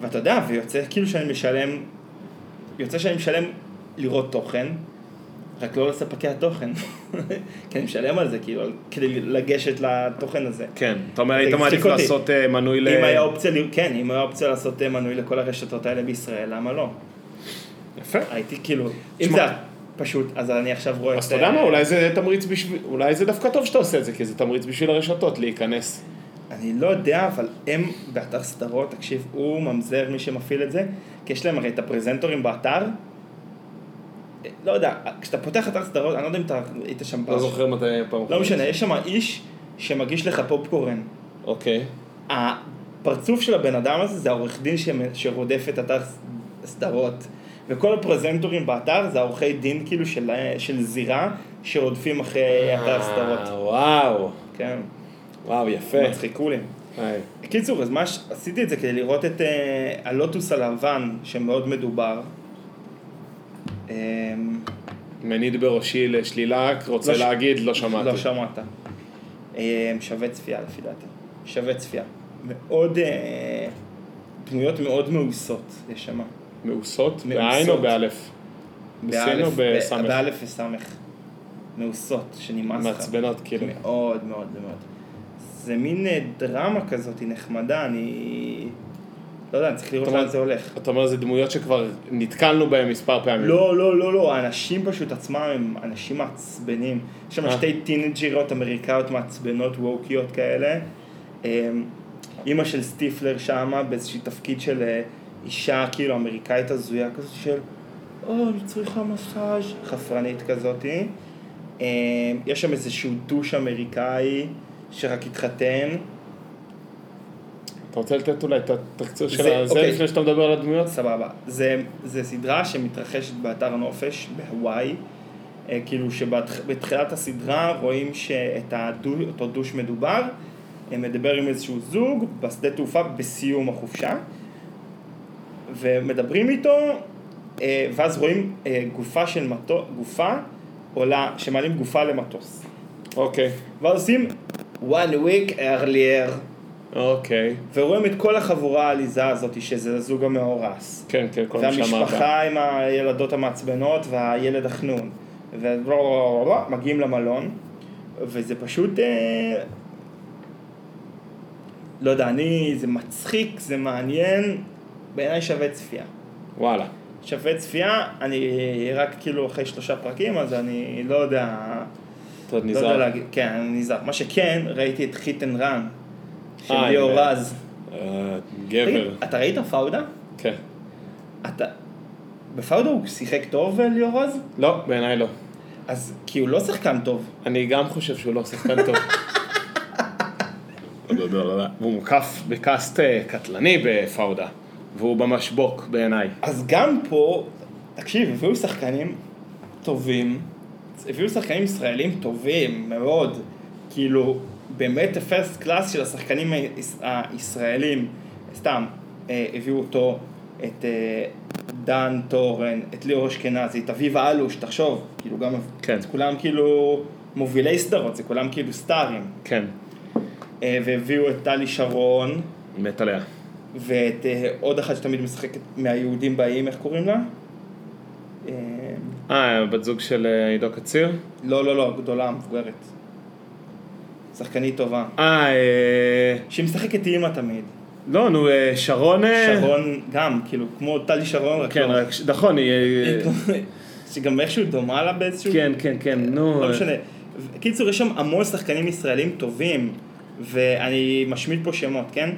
ואתה יודע, ויוצא כאילו שאני משלם, יוצא שאני משלם לראות תוכן, רק לא לספקי התוכן. כי אני משלם על זה, כאילו, כדי לגשת לתוכן הזה.
כן, אתה אומר, היית
זה
מעדיף
הצחיק אותי.
לעשות אה, מנוי ל...
אם היה אופציה, ל- כן, אם היה אופציה לעשות אה, מנוי לכל הרשתות האלה בישראל, למה לא?
יפה.
הייתי כאילו, אם
תשמע.
זה היה פשוט, אז אני עכשיו רואה
אז אתה יודע מה, אולי זה תמריץ בשביל... אולי זה דווקא טוב שאתה עושה את זה, כי זה תמריץ בשביל הרשתות להיכנס.
אני לא יודע, אבל הם באתר סדרות, תקשיב, הוא ממזר מי שמפעיל את זה, כי יש להם הרי את הפרזנטורים באתר. אה, לא יודע, כשאתה פותח אתר סדרות, אני לא יודע אם אתה היית שם,
לא זוכר מתי פעם
לא משנה, יש שם איש שמגיש לך פופקורן.
אוקיי.
הפרצוף של הבן אדם הזה זה העורך דין שמ- שרודף את אתר ס- סדרות. וכל הפרזנטורים באתר זה העורכי דין כאילו של, של זירה שרודפים אחרי
אה,
אתר סדרות.
וואו,
כן,
וואו, יפה.
מצחיקו לי. קיצור, אז מה ש... עשיתי את זה כדי לראות את אה, הלוטוס הלבן שמאוד מדובר. אה,
מניד בראשי לשלילה, רק רוצה
לא ש-
להגיד, לא שמעתי.
לא שמעת. אה, שווה צפייה לפי דעתי. שווה צפייה. מאוד... אה, דמויות מאוד מאוסות יש שם.
מאוסות?
מאוסות.
בעין או באלף? בסין או
באלף-
בסמך?
באלף וסמך. מעושות, שנמאס לך. כן,
מעצבנות, כאילו.
מאוד מאוד מאוד. זה מין אה, דרמה כזאת, היא נחמדה, אני... לא יודע, אני צריך לראות
אתה
לאן
אומר-
זה הולך.
אתה אומר, זה דמויות שכבר נתקלנו בהן מספר פעמים.
לא, לא, לא, לא, האנשים פשוט עצמם הם אנשים מעצבנים. יש שם
אה.
שתי טינג'ריות אמריקאיות מעצבנות, ווקיות כאלה. אמ, אימא של סטיפלר שמה באיזשהו תפקיד של אה, אישה כאילו אמריקאית הזויה כזאת של או, אני צריכה מסאז' חפרנית כזאתי. אה, יש שם איזשהו דוש אמריקאי שרק התחתן.
אתה רוצה לתת אולי את התקציר של
זה-
הזה
אוקיי.
לפני שאתה מדבר על הדמויות?
סבבה. זה, זה סדרה שמתרחשת באתר נופש בהוואי. אה, כאילו שבתחילת הסדרה רואים שאת הדו, אותו דוש מדובר, אה, מדבר עם איזשהו זוג בשדה תעופה בסיום החופשה, ומדברים איתו, אה, ואז רואים אה, גופה של מטוס, גופה עולה, שמעלים גופה למטוס.
אוקיי.
ואז עושים one week earlier,
אוקיי.
ורואים את כל החבורה העליזה הזאת, שזה הזוג המאורס.
כן, כן, כל מה שאמרת.
והמשפחה עם הילדות המעצבנות והילד החנון. ובלה מגיעים למלון, וזה פשוט... אה, לא יודע, אני... זה מצחיק, זה מעניין, בעיניי שווה צפייה.
וואלה.
שווה צפייה, אני רק כאילו אחרי שלושה פרקים, אז אני לא יודע...
אתה עוד
לא יודע
נזהר.
להגיד, כן, אני נזהר. מה שכן, ראיתי את חיט אנד רן, של
אה,
ליאור
אה.
רז.
אה,
תגיד,
גבר.
אתה ראית פאודה?
כן.
אתה... בפאודה הוא שיחק טוב, אה, ליאור רז?
לא, בעיניי לא.
אז כי הוא לא שחקן טוב.
אני גם חושב שהוא לא שחקן טוב. הוא מוקף בקאסט אה, קטלני בפאודה, והוא במשבוק בעיניי.
אז גם פה, תקשיב, הביאו שחקנים טובים, הביאו שחקנים ישראלים טובים מאוד, כאילו, באמת הפרסט קלאס של השחקנים היש- הישראלים, סתם, אה, הביאו אותו, את אה, דן תורן, את ליאור אשכנזי, את אביב אלוש, תחשוב, כאילו גם,
כן.
זה כולם כאילו מובילי סדרות, זה כולם כאילו סטארים,
כן,
אה, והביאו את טלי שרון,
מת עליה.
ואת אה, עוד אחת שתמיד משחקת מהיהודים באים, איך קוראים לה? אה,
אה, בת זוג של אה, עידו קציר?
לא, לא, לא, גדולה, מבוגרת. שחקנית טובה.
אה, אה,
שהיא משחקת אימא תמיד.
לא, נו, אה, שרון... אה,
שרון גם, כאילו, כמו טלי שרון, רק
כן,
לא.
רק, ש- נכון, היא... אה,
שגם איכשהו דומה לה באיזשהו...
כן, כן, כן, נו.
לא
אה,
משנה. ו- קיצור, יש שם המון שחקנים ישראלים טובים, ואני משמיט פה שמות, כן?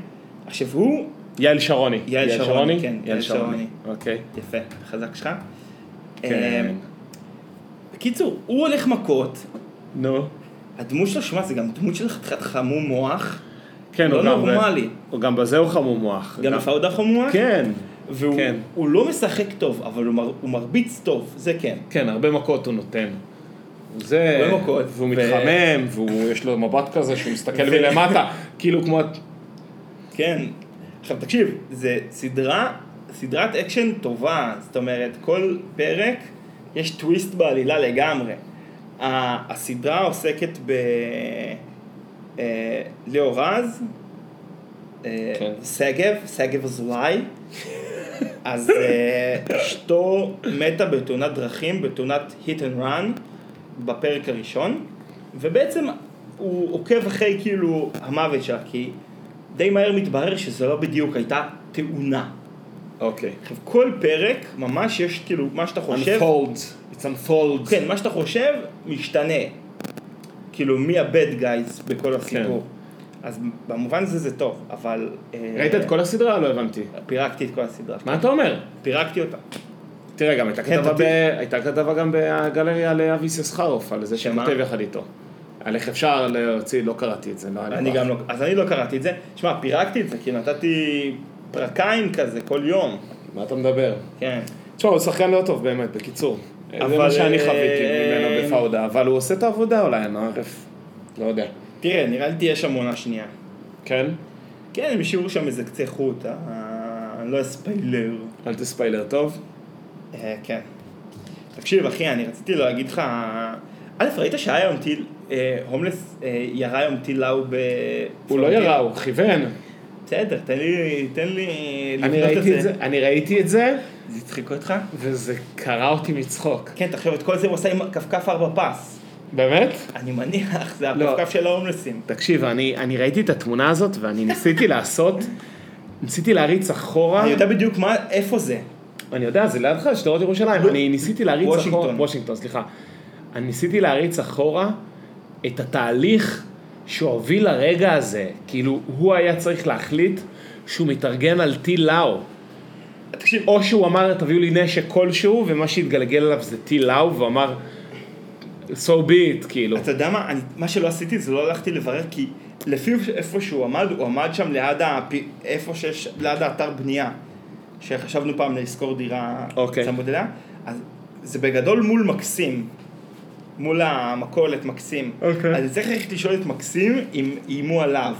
עכשיו הוא,
יעל שרוני.
יעל שרוני, כן,
יעל
יעל
שרוני.
שרוני.
אוקיי.
יפה, חזק שלך. אה,
כן.
בקיצור, הוא הולך מכות,
נו.
הדמות שלו, שמע, זה גם דמות של חתיכת חמום מוח,
כן,
לא
הוא גם... ב-
נורמלי.
הוא גם בזה הוא חמום מוח.
גם בפאודה חמום מוח,
כן.
והוא
כן.
הוא לא משחק טוב, אבל הוא, מר, הוא מרביץ טוב, זה כן.
כן, הרבה מכות הוא נותן. זה...
הרבה מכות.
והוא
ו-
מתחמם, והוא יש לו מבט כזה שהוא מסתכל
ו-
מלמטה, כאילו כמו...
כן. עכשיו תקשיב, זה סדרה סדרת אקשן טובה, זאת אומרת, כל פרק יש טוויסט בעלילה לגמרי. ה- הסדרה עוסקת ב... אה, ליאור רז, אה,
כן.
שגב, שגב אזולאי, אז אה, אשתו מתה בתאונת דרכים, בתאונת hit and run, בפרק הראשון, ובעצם הוא עוקב אחרי כאילו המוות שלה, כי די מהר מתברר שזו לא בדיוק הייתה תאונה.
אוקיי.
עכשיו, כל פרק, ממש יש כאילו, מה שאתה חושב...
Unfold. It's unfold.
כן, מה שאתה חושב משתנה. כאילו, מי הבד גייז בכל הסיפור. אז במובן הזה זה טוב, אבל... אה,
כן. ראית את כל הסדרה? לא הבנתי.
פירקתי את כל הסדרה.
מה אתה אומר?
פירקתי אותה.
תראה, גם הייתה כתבה, ב...
תתי-
הייתה כתבה גם בגלריה על אבי ססחרוף, על זה
שמה?
שכותב יחד איתו. על איך אפשר להוציא, לא קראתי את זה, לא היה לי
אני
כוח.
גם לא... אז אני לא קראתי את זה. שמע, פירקתי את זה, כי נתתי פרקיים כזה כל יום.
מה אתה מדבר?
כן.
תשמע, הוא שחקן לא טוב באמת, בקיצור. זה
אבל,
מה שאני חוויתי
אה,
ממנו בפאודה, אבל הוא עושה את העבודה אולי, המערף. לא יודע.
תראה, נראה לי תהיה שם עונה שנייה.
כן?
כן, הם השאירו שם איזה קצה חוט, אה, אני לא אספיילר.
אל תספיילר טוב.
אה, כן. תקשיב, אחי, אני רציתי להגיד לך... א', ראית שהיה היום טיל, אה, הומלס אה, ירה היום טיל לאו ב...
הוא לא ירה, הוא כיוון.
בסדר, תן לי, תן לי
אני ראיתי את זה, אני ראיתי את זה,
זה הצחיק אותך?
וזה קרע אותי מצחוק.
כן, תחשוב, את כל זה הוא עושה עם כפכף ארבע פס.
באמת?
אני מניח, זה
לא.
הכפכף של ההומלסים.
תקשיב, אני, אני ראיתי את התמונה הזאת ואני ניסיתי לעשות, ניסיתי להריץ אחורה.
אני יודע בדיוק מה, איפה זה.
אני יודע, זה לידך, שדרות ירושלים. אני ניסיתי להריץ
וושינגטון.
אחורה, וושינגטון, סליחה. אני ניסיתי להריץ אחורה את התהליך שהוביל לרגע הזה. כאילו, הוא היה צריך להחליט שהוא מתארגן על טיל לאו.
תקשיב,
או שהוא אמר, תביאו לי נשק כלשהו, ומה שהתגלגל עליו זה טיל לאו, והוא אמר, so be it, כאילו.
אתה יודע מה, אני, מה שלא עשיתי זה לא הלכתי לברר, כי לפי איפה שהוא עמד, הוא עמד שם ליד, הפי, איפה שיש, ליד האתר בנייה, שחשבנו פעם לשכור דירה
אוקיי.
צמוד אליה, אז זה בגדול מול מקסים, מול המכולת מקסים.
אוקיי.
אז צריך ללכת לשאול את מקסים אם איימו עליו.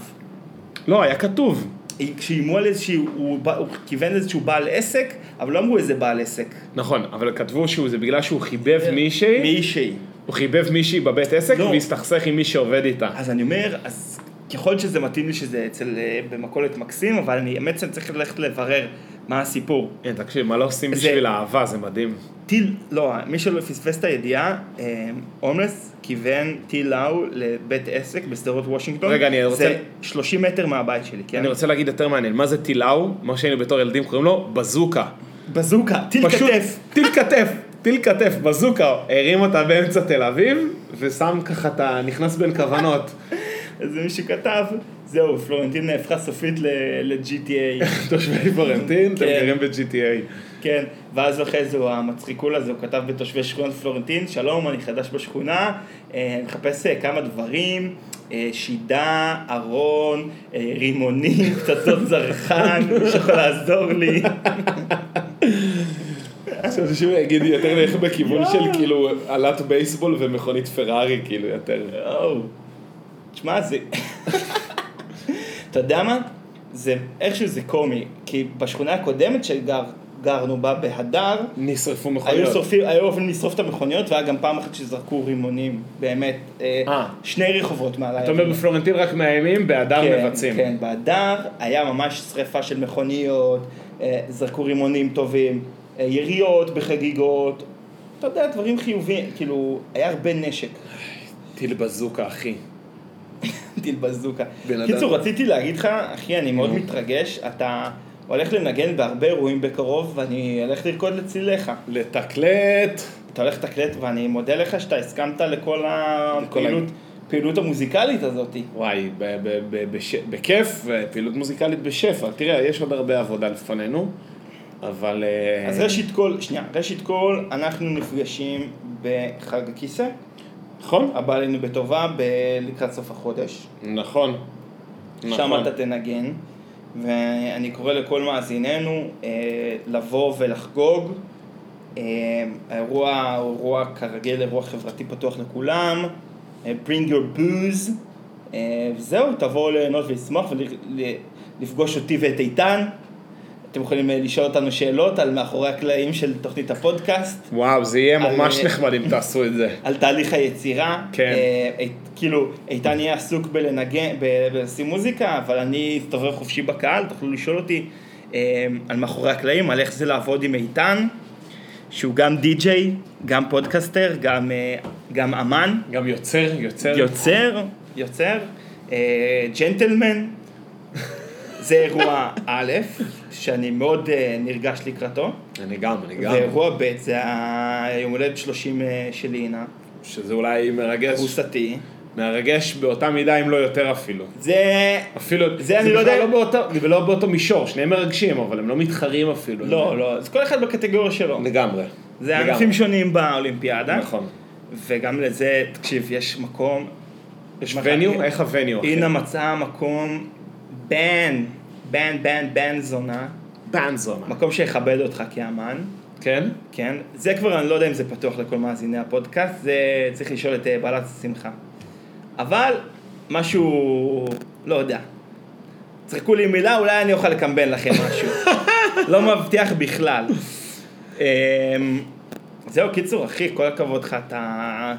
לא, היה כתוב.
אם- כשאיימו על איזשהו, הוא, בא- הוא כיוון לאיזשהו בעל עסק, אבל לא אמרו איזה בעל עסק.
נכון, אבל כתבו שהוא, זה בגלל שהוא חיבב
אה,
מישהי.
מישהי.
הוא חיבב מישהי בבית עסק
לא.
והסתכסך עם מי שעובד איתה.
אז אני אומר, אז ככל שזה מתאים לי שזה אצל, אה, במכולת מקסים, אבל אני באמת שאני צריך ללכת לברר מה הסיפור.
אין, תקשיב, מה לא עושים
זה-
בשביל אהבה, זה מדהים.
טיל, לא, מי שלא פספס את הידיעה, אה, הומלס כיוון טיל לאו לבית עסק בשדרות וושינגטון.
רגע, אני רוצה-
זה 30 מטר מהבית שלי, כן?
אני רוצה להגיד יותר מעניין, מה זה טילאו? מה שהיינו בתור ילדים קוראים לו בזוקה.
בזוקה, טיל
פשוט-
כתף.
טיל כתף, טיל כתף, בזוקה. הרים אותה באמצע תל אביב, ושם ככה את ה... נכנס בין כוונות.
איזה מישהו כתב, זהו, פלורנטין נהפכה סופית ל- ל-GTA.
תושבי פלורנטין, אתם
כן.
גרים ב-GTA.
כן, ואז אחרי זה הוא המצחיקול הזה, הוא כתב בתושבי שכונת פלורנטין, שלום, אני חדש בשכונה, אה, מחפש אה, כמה דברים, אה, שידה, ארון, אה, רימונים, פצצות זרחן, מישהו יכול לעזור לי.
חשבתי שהוא יגיד יותר נלך בכיוון
של,
כאילו עלת בייסבול ומכונית פרארי, כאילו יותר.
יואו. תשמע, זה... אתה יודע מה? זה איכשהו זה קומי, כי בשכונה הקודמת שגרנו בה, בהדר,
נשרפו
היו
מכוניות.
שורפים, היו אוהבים לשרוף את המכוניות, והיה גם פעם אחת שזרקו רימונים, באמת, אה,
אה.
שני רחובות מעליי.
אתה אומר בפלורנטין רק מאיימים, בהדר
כן,
מבצעים.
כן, בהדר היה ממש שריפה של מכוניות, אה, זרקו רימונים טובים, אה, יריות בחגיגות, אתה יודע, דברים חיוביים, כאילו, היה הרבה נשק,
טיל בזוקה, אחי.
טיל בזוקה.
בן אדם.
קיצור, רציתי להגיד לך, אחי, אני מאוד
נו.
מתרגש, אתה הולך לנגן בהרבה אירועים בקרוב, ואני הולך לרקוד לצליליך.
לתקלט.
אתה הולך לתקלט, ואני מודה לך שאתה הסכמת לכל הפעילות
לכל
פעילות המוזיקלית הזאת.
וואי, ב- ב- ב- בש- בכיף, ופעילות מוזיקלית בשפע. תראה, יש עוד הרבה עבודה לפנינו, אבל... אה,
אז ראשית כל, שנייה, ראשית כל, אנחנו נפגשים בחג הכיסא,
נכון?
הבא עלינו בטובה ב- לקראת סוף החודש.
נכון.
שם
נכון.
אתה תנגן, ואני קורא לכל מאזיננו אה, לבוא ולחגוג. אה, האירוע הוא אירוע כרגיל, אירוע חברתי פתוח לכולם. אה, bring your booze. אה, וזהו, תבואו ליהנות ולשמוח ולפגוש אותי ואת איתן. אתם יכולים אה, לשאול אותנו שאלות על מאחורי הקלעים של תוכנית הפודקאסט,
וואו, זה יהיה
על-
ממש נחמד אם תעשו את זה.
על תהליך היצירה.
כן.
אה, אית- כאילו, איתן יהיה עסוק בלנגן, ב- בלשים מוזיקה, אבל אני אסתובב חופשי בקהל, תוכלו לשאול אותי אה, על מאחורי הקלעים, על איך זה לעבוד עם איתן, שהוא גם די-ג'יי, גם פודקאסטר, גם, אה, גם אמן,
גם יוצר, יוצר.
יוצר, יוצר, אה, ג'נטלמן. זה אירוע א', שאני מאוד אה, נרגש לקראתו.
אני גם, אני גם.
ואירוע ב' זה היום הולדת 30 אה, של אינה,
שזה אולי מרגש,
ארוסתי.
מרגש באותה מידה אם לא יותר אפילו.
זה...
אפילו,
זה אני לא
בכלל
יודע-
לא באותו, זה לא באותו מישור, שניהם מרגשים, אבל הם לא מתחרים אפילו.
לא, לא, זה כל אחד בקטגוריה שלו.
לגמרי.
זה
לגמרי.
ענפים שונים באולימפיאדה.
נכון.
וגם לזה, תקשיב, יש מקום... יש
וניו? איך הווניו? אחי?
אינה מצאה מקום בן, בן, בן, בן זונה.
בנזונה.
מקום שיכבד אותך כאמן,
כן?
כן? זה כבר, אני לא יודע אם זה פתוח לכל מאזיני הפודקאסט, זה צריך לשאול את אה, בעלת השמחה. אבל, משהו, לא יודע. צחקו לי מילה, אולי אני אוכל לקמבן לכם משהו. לא מבטיח בכלל. אמ, זהו, קיצור, אחי, כל הכבוד לך, אתה...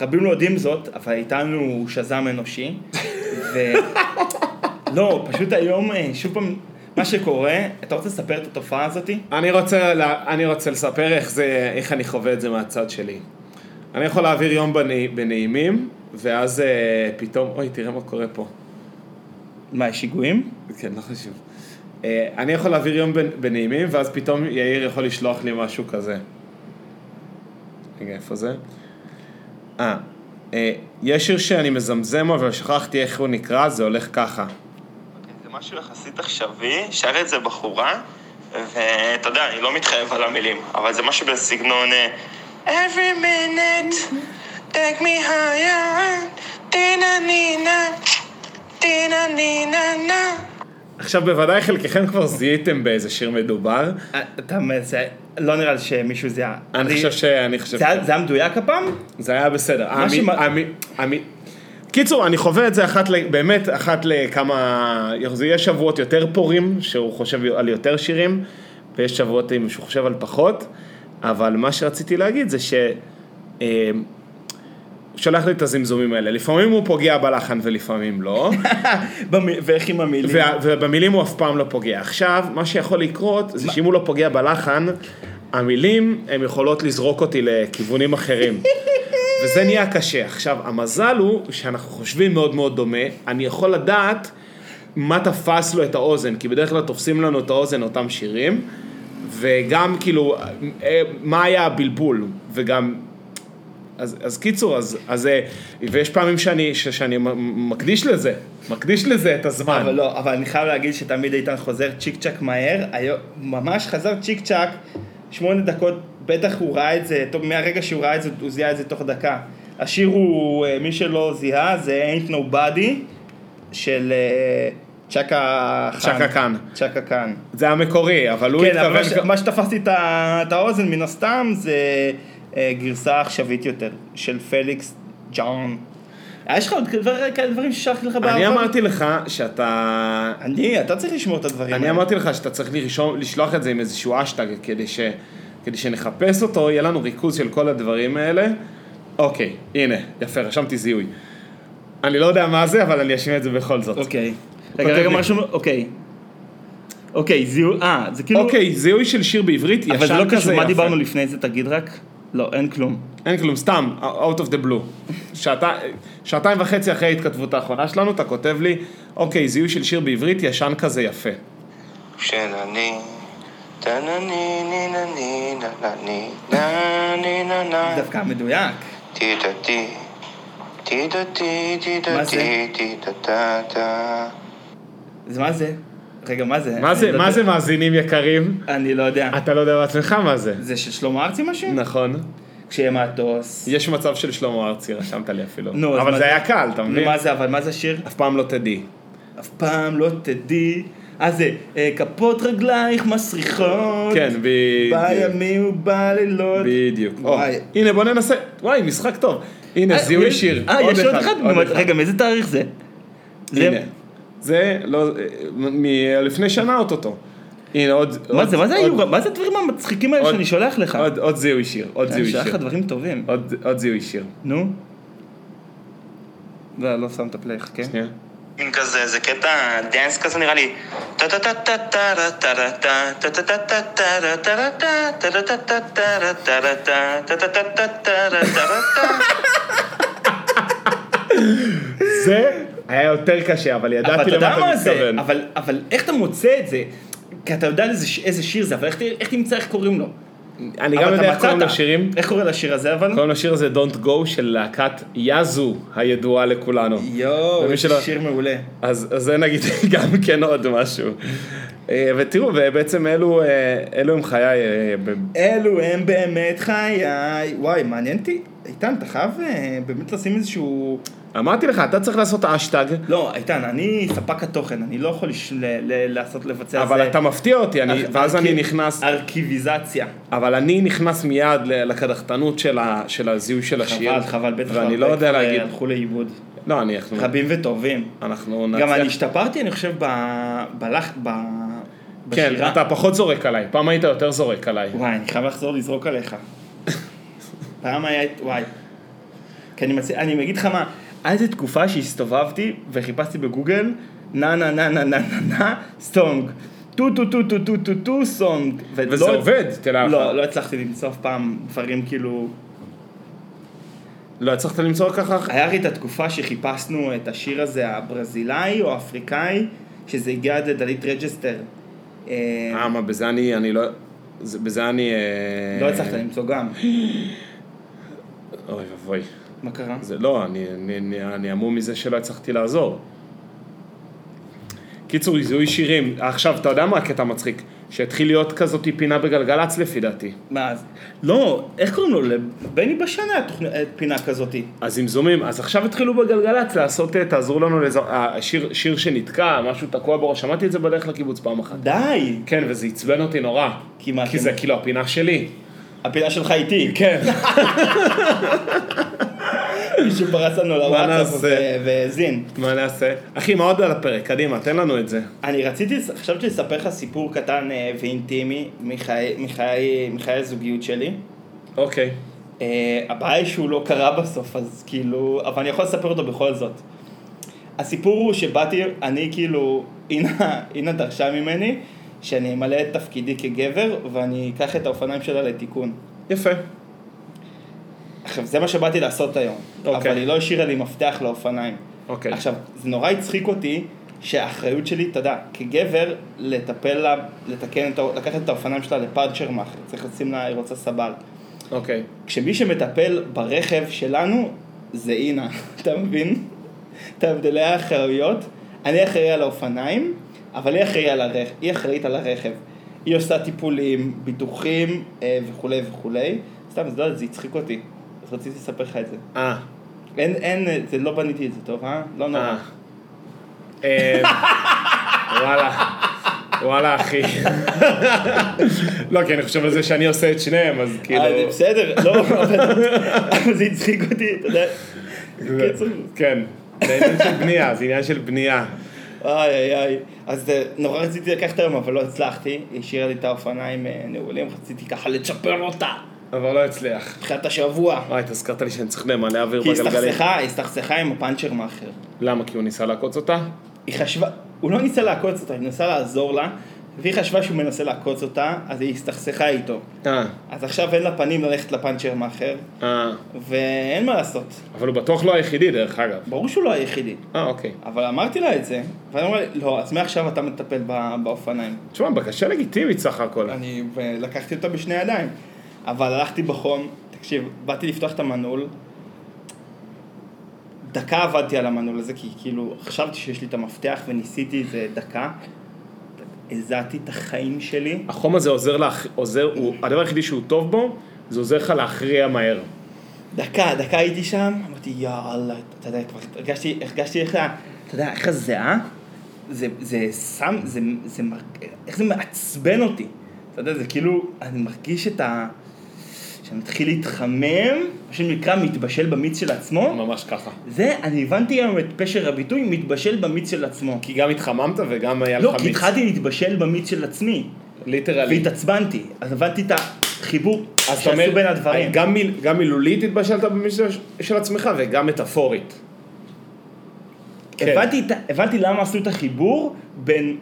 רבים לא יודעים זאת, אבל איתנו הוא שזם אנושי. ו... לא, פשוט היום, אה, שוב פעם, מה שקורה, אתה רוצה לספר את התופעה הזאתי?
אני רוצה, לה- אני רוצה לספר איך, זה, איך אני חווה את זה מהצד שלי. אני יכול להעביר יום בנעי- בנעימים, ואז אה, פתאום, אוי, תראה מה קורה פה.
מה, יש שיגועים?
כן, לא חשוב. אה, אני יכול להעביר יום בנ- בנעימים, ואז פתאום יאיר יכול לשלוח לי משהו כזה. רגע, איפה זה? אה, אה, יש שיר שאני מזמזם, אבל שכחתי איך הוא נקרא, זה הולך ככה.
זה משהו יחסית עכשווי, שר את זה בחורה, ואתה יודע, אני לא מתחייב על המילים, אבל זה משהו בסגנון אה, Every minute, take me higher, טינה נינה, טינה נינה נה.
עכשיו, בוודאי חלקכם כבר זיהיתם באיזה שיר מדובר.
אה, אתה מזה, לא נראה לי שמישהו זיהה.
אה, אני חושב ש... אני חושב...
זה היה- זה היה מדויק הפעם?
זה היה בסדר.
מה
המי-
שמה-
המי- המי- קיצור, אני חווה את זה אחת, ל- באמת אחת לכמה, זה יש שבועות יותר פורים, שהוא חושב על יותר שירים, ויש שבועות עם- שהוא חושב על פחות, אבל מה שרציתי להגיד זה ש... אה, הוא שולח לי את הזמזומים האלה, לפעמים הוא פוגע בלחן ולפעמים לא,
במי- ואיך עם המילים?
וה- ובמילים הוא אף פעם לא פוגע. עכשיו, מה שיכול לקרות זה שאם הוא לא פוגע בלחן, המילים, הן יכולות לזרוק אותי לכיוונים אחרים. וזה נהיה קשה. עכשיו, המזל הוא שאנחנו חושבים מאוד מאוד דומה, אני יכול לדעת מה תפס לו את האוזן, כי בדרך כלל תופסים לנו את האוזן אותם שירים, וגם כאילו, אה, מה היה הבלבול, וגם... אז, אז קיצור, אז, אז, אה, ויש פעמים שאני, ש, שאני מ- מקדיש לזה, מקדיש לזה את הזמן.
אבל לא, אבל אני חייב להגיד שתמיד איתן חוזר צ'יק צ'אק מהר, היום- ממש חזר צ'יק צ'אק, שמונה דקות, בטח הוא ראה את זה, טוב, מהרגע שהוא ראה את זה, הוא זיהה את זה תוך דקה. השיר הוא, אה, מי שלא זיהה, זה Ain't Nobody של אה, צ'קה חאן.
צ'קה חאן.
צ'קה חאן.
זה המקורי, אבל הוא
כן, אבל מה ש-
התכוון...
מה שתפסתי את ה- את האוזן מן הסתם זה אה, גרסה עכשווית יותר של פליקס ג'ון. אה, יש לך עוד דבר- כאלה דברים ששלחתי לך בעבר?
אני אמרתי לך שאתה...
אני, אתה צריך לשמור את הדברים
אני אמרתי לך שאתה צריך לרשום, לשלוח את זה עם איזשהו אשטג כדי, ש, כדי שנחפש אותו, יהיה לנו ריכוז של כל הדברים האלה. אוקיי, הנה, יפה, רשמתי זיהוי. אני לא יודע מה זה, אבל אני אשמיע את זה בכל זאת.
אוקיי.
כותב
רגע, רגע,
לי-
משהו, אוקיי. אוקיי, זיהו, אה, זה כאילו...
אוקיי, זיהוי של שיר בעברית, ישן כזה,
אבל זה לא קשור, מה
יפה.
דיברנו לפני זה, תגיד רק? לא, אין כלום.
אין כלום, סתם, out of the blue. שעתי, שעתיים וחצי אחרי ההתכתבות האחרונה שלנו, אתה כותב לי, אוקיי, זיהוי של שיר בעברית, ישן כזה יפה.
של אני, טנה ניני נני נני נני
אה.
נני
דווקא מדויק.
טידתי, טידתי,
מה זה?
טידתי, טידתה תה
זה מה זה? רגע, מה זה?
מה
אני
זה,
לא
מה
יודע-
זה מאזינים יקרים?
אני לא יודע.
אתה לא יודע בעצמך מה זה.
זה של שלמה ארצי משהו?
נכון.
כשיהיה מטוס.
יש מצב של שלמה ארצי, רשמת לי אפילו.
נו, אז
אבל
מה
זה
זה?
היה קל, אתה
נו,
מבין?
מה זה, אבל מה זה השיר?
אף פעם לא תדעי.
אף פעם לא תדעי. אה זה, אה, כפות רגלייך מסריחות.
כן, בדיוק.
בימים ובלילות.
בדיוק. או,
וואי.
הנה, בוא ננסה. וואי, משחק טוב. הנה,
אה,
זיהוי
יש-
שיר.
אה, יש עוד אחד? נו, רגע, מאיזה תאריך זה? זה-
הנה. זה לא, מלפני שנה אוטוטו. הנה עוד,
מה
עוד-
זה, מה זה
עוד-
היו, מה זה הדברים המצחיקים האלה
עוד-
שאני שולח לך?
עוד- עוד זיהוי שיר, עוד
אני
זיהוי
שולח לך
שיר.
דברים טובים.
עוד- עוד זיהוי שיר.
נו? לא, לא שמת פליי, חכה.
שנייה.
מין כזה, זה קטע דאנס כזה נראה לי. טה-טה-טה-טה-טה-טה-טה-טה, טה-טה-טה-טה-טה-טה-טה, טה-טה-טה-טה-טה-טה-טה, טה-טה-טה-טה-טה-טה-טה.
זה היה יותר קשה, אבל
אבל אתה
ידעתי למה
יודע
אתה
מה זה,
מתכוון.
אבל- אבל איך אתה מוצא את זה? כי אתה יודע איזה ש- איזה שיר זה, אבל איך ת- איך תמצא איך קוראים לו?
אני גם
אבל אתה
יודע איך קוראים
מצאת.
לשירים.
איך קורא לשיר הזה אבל?
קוראים לשיר הזה Don't Go של להקת יאזו הידועה לכולנו.
יואו,
למי
איזה
שלא-
שיר מעולה.
אז אז זה נגיד גם כן עוד משהו. אה, ותראו, ובעצם אלו אה, אלו הם חיי. אה, ב-
אלו הם באמת חיי. וואי, מעניין אותי. איתן, אתה חייב אה, באמת לשים איזשהו...
אמרתי לך, אתה צריך לעשות אשטג,
לא, איתן, אני ספק התוכן, אני לא יכול לש- ל- ל- לעשות, לבצע
אבל אתה מפתיע אותי, אני-
ארכ-
ואז אני
ארכי-
נכנס,
ארכיביזציה.
אבל אני נכנס מיד ל- לקדחתנות של ה- של הזיהוי של השיר.
חבל, חבל, בטח.
ואני
הרבה
לא יודע
כבר, אה,
להגיד.
הלכו לאיבוד.
לא, אני... אנחנו-
רבים וטובים.
אנחנו
גם אני
נצליח.
השתפרתי, אני חושב, ב- בלח... ב-
כן,
בשירה.
אתה פחות זורק עליי, פעם היית יותר זורק עליי.
וואי, אני חייב לחזור לזרוק עליך. פעם היה... את- וואי. כי אני מציע... אני אגיד לך מה, היה איזו תקופה שהסתובבתי וחיפשתי בגוגל, נה נה נה נה נה נה נה סטונג. טו טו טו טו טו טו טו סונג. ולא-
וזה עובד, תדע לך.
לא, לא הצלחתי למצוא אף פעם דברים כאילו...
לא הצלחת למצוא ככה?
היה לי את התקופה שחיפשנו את השיר הזה הברזילאי או האפריקאי, שזה הגיע עד לדלית רג'סטר. אה,
אה, מה, בזה אני, אני לא... זה- בזה אני... אה,
לא הצלחת למצוא גם.
אוי ואבוי.
מה קרה?
זה לא, אני- אני- אני- אני המום מזה שלא הצלחתי לעזור. קיצור, זיהוי שירים. עכשיו, אתה יודע מה הקטע המצחיק? שהתחיל להיות כזאת פינה בגלגלצ לפי דעתי.
מה אז? לא, איך קוראים לו? לבני בשן היה תוכנ- אה, פינה כזאתי.
אז עם זומים, אז עכשיו התחילו בגלגלצ לעשות, אה, תעזרו לנו לזו... אה, שיר, שיר שנתקע, משהו תקוע בראש, שמעתי את זה בדרך לקיבוץ פעם אחת.
די!
כן, וזה עצבן אותי נורא.
כמעט. לא.
כי זה כאילו הפינה שלי.
הפינה שלך איתי.
כן.
מישהו פרס לנו לוואטסאפ
נעשה?
ו- והאזין.
מה נעשה? אחי, מה עוד על הפרק? קדימה, תן לנו את זה.
אני רציתי, חשבתי לספר לך סיפור קטן אה, ואינטימי מחיי- מחיי מחיי הזוגיות שלי.
אוקיי.
אה, הבעיה היא שהוא לא קרה בסוף, אז כאילו, אבל אני יכול לספר אותו בכל זאת. הסיפור הוא שבאתי, אני כאילו, אינה, אינה דרשה ממני שאני אמלא את תפקידי כגבר ואני אקח את האופניים שלה לתיקון.
יפה.
עכשיו, זה מה שבאתי לעשות היום.
אוקיי.
אבל היא לא השאירה לי מפתח לאופניים.
אוקיי.
עכשיו, זה נורא הצחיק אותי שהאחריות שלי, אתה יודע, כגבר, לטפל לה, לתקן את, ה- לקחת את האופניים שלה לפאנצ'ר מאחר, צריך לשים לה, היא רוצה סבל.
אוקיי.
כשמי שמטפל ברכב שלנו זה אינה, אתה מבין? את הבדלי האחריות. אני אחראי על האופניים, אבל היא, אחראי על הרכ... היא אחראית על הרכב. היא עושה טיפולים, ביטוחים אה, וכולי וכולי. סתם, זה לא, זה הצחיק אותי. אז רציתי לספר לך את זה.
אה.
אין, אין, אה, זה לא בניתי את זה טוב, אה? לא נורא.
אה. אה, וואלה. וואלה, אחי. לא, כי אני חושב על זה שאני עושה את שניהם, אז כאילו...
אה, זה בסדר, לא, אבל זה הצחיק אותי, אתה יודע.
זה-
בקיצור.
כן. זה עניין של בנייה, זה עניין של בנייה.
איי איי איי, אז אה, נורא רציתי לקחת היום אבל לא הצלחתי, היא השאירה לי את האופניים אה, נעולים, רציתי ככה לצ'פר אותה,
אבל לא הצליח.
תחילת השבוע,
וואי, תזכרת לי שאני צריך למלא אוויר
כי היא
בגלגלים.
הסתכסכה, היא הסתכסכה עם הפאנצ'ר מאחר,
למה? כי הוא ניסה לעקוץ אותה?
היא חשבה, הוא לא ניסה לעקוץ אותה, היא ניסה לעזור לה, והיא חשבה שהוא מנסה לעקוץ אותה, אז היא הסתכסכה איתו,
אה.
אז עכשיו אין לה פנים ללכת לפאנצ'ר מאחר,
אה.
ואין מה לעשות,
אבל הוא בטוח לא היחידי, דרך אגב.
ברור שהוא לא היחידי,
אה, אוקיי.
אבל אמרתי לה את זה, והיא אמרה לי, לא, אז מעכשיו אתה מטפל ב- באופניים.
תשמע, בקשה לגיטימית סך הכל.
אני ו- לקחתי אותה בשני ידיים. אבל הלכתי בחום, תקשיב, באתי לפתוח את המנעול, דקה עבדתי על המנעול הזה, כי כאילו, חשבתי שיש לי את המפתח וניסיתי איזה דקה. הזעתי את החיים שלי.
החום הזה עוזר לך, עוזר, הוא, הדבר היחידי שהוא טוב בו, זה עוזר לך להכריע מהר.
דקה, דקה הייתי שם, אמרתי, יאללה, אתה יודע, כבר הרגשתי, הרגשתי איך ה... אתה יודע, איך הזיעה, זה, זה שם, זה, זה, מר- איך זה מעצבן אותי. אתה יודע, זה כאילו, אני מרגיש את ה... שמתחיל להתחמם, מה שנקרא מתבשל במיץ של עצמו,
ממש ככה.
זה, אני הבנתי היום את פשר הביטוי, מתבשל במיץ של עצמו.
כי גם התחממת וגם היה לך
לא, כי
מיץ.
התחלתי להתבשל במיץ של עצמי,
ליטרלי.
והתעצבנתי, אז הבנתי את החיבור
אז אתה
שעשו
אומר, "אה,
בין הדברים.
גם, מיל, גם מילולית התבשלת במיץ של- של עצמך וגם מטאפורית. כן.
הבנתי את- הבנתי למה עשו את החיבור בין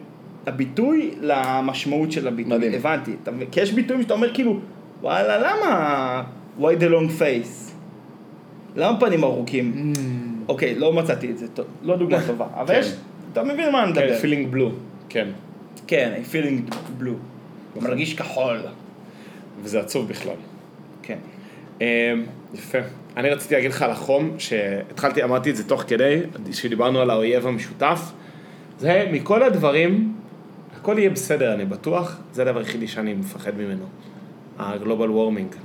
הביטוי למשמעות של הביטוי.
מדהים.
הבנתי. אתה מבין? כי יש ביטויים שאתה אומר כאילו, וואלה, למה why the long face? למה פנים ארוכים? אוקיי, לא מצאתי את זה, טוב, לא דוגמה טובה. אבל
Mm. כן.
יש, אתה מבין מה אני מדבר.
כן, פילינג בלו. כן.
כן, I feeling blue.
אוקיי.
הוא מרגיש כחול.
וזה עצוב בכלל.
כן.
אמ, יפה. אני רציתי להגיד לך על החום, שהתחלתי, אמרתי את זה תוך כדי, כשדיברנו על האויב המשותף. זה מכל הדברים, הכל יהיה בסדר, אני בטוח, זה הדבר היחידי שאני מפחד ממנו. הגלובל וורמינג.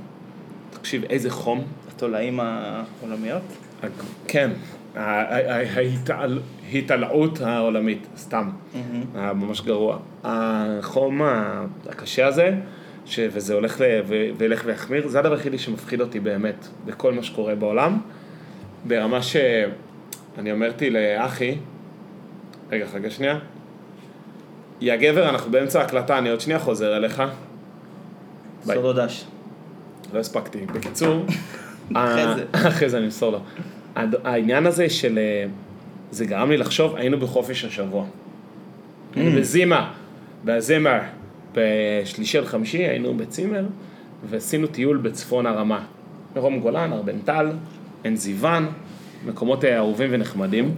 תקשיב, איזה חום.
התולעים העולמיות?
הג- כן, ה- ה- ה- ההתעל- ההתעלעות העולמית, סתם. היה ממש גרוע. החום ה- הקשה הזה, ש- וזה הולך ל- ו- וילך ויחמיר, זה הדבר היחידי שמפחיד אותי באמת, בכל מה שקורה בעולם. ברמה ש... אני אמרתי לאחי, רגע, חכה שנייה. יא גבר, אנחנו באמצע ההקלטה, אני עוד שנייה חוזר אליך. ביי.
סודו דש.
לא הספקתי. בקיצור,
אחרי זה.
ה- אחרי זה אני אמסור לו. הד- העניין הזה של... אה, זה גרם לי לחשוב, היינו בחופש
Mm.
השבוע. היינו בזימה, בזימר. בשלישי על חמישי היינו בצימר, ועשינו טיול בצפון הרמה. מרום גולן, ארבנטל, עין זיוון, מקומות אה, אהובים ונחמדים.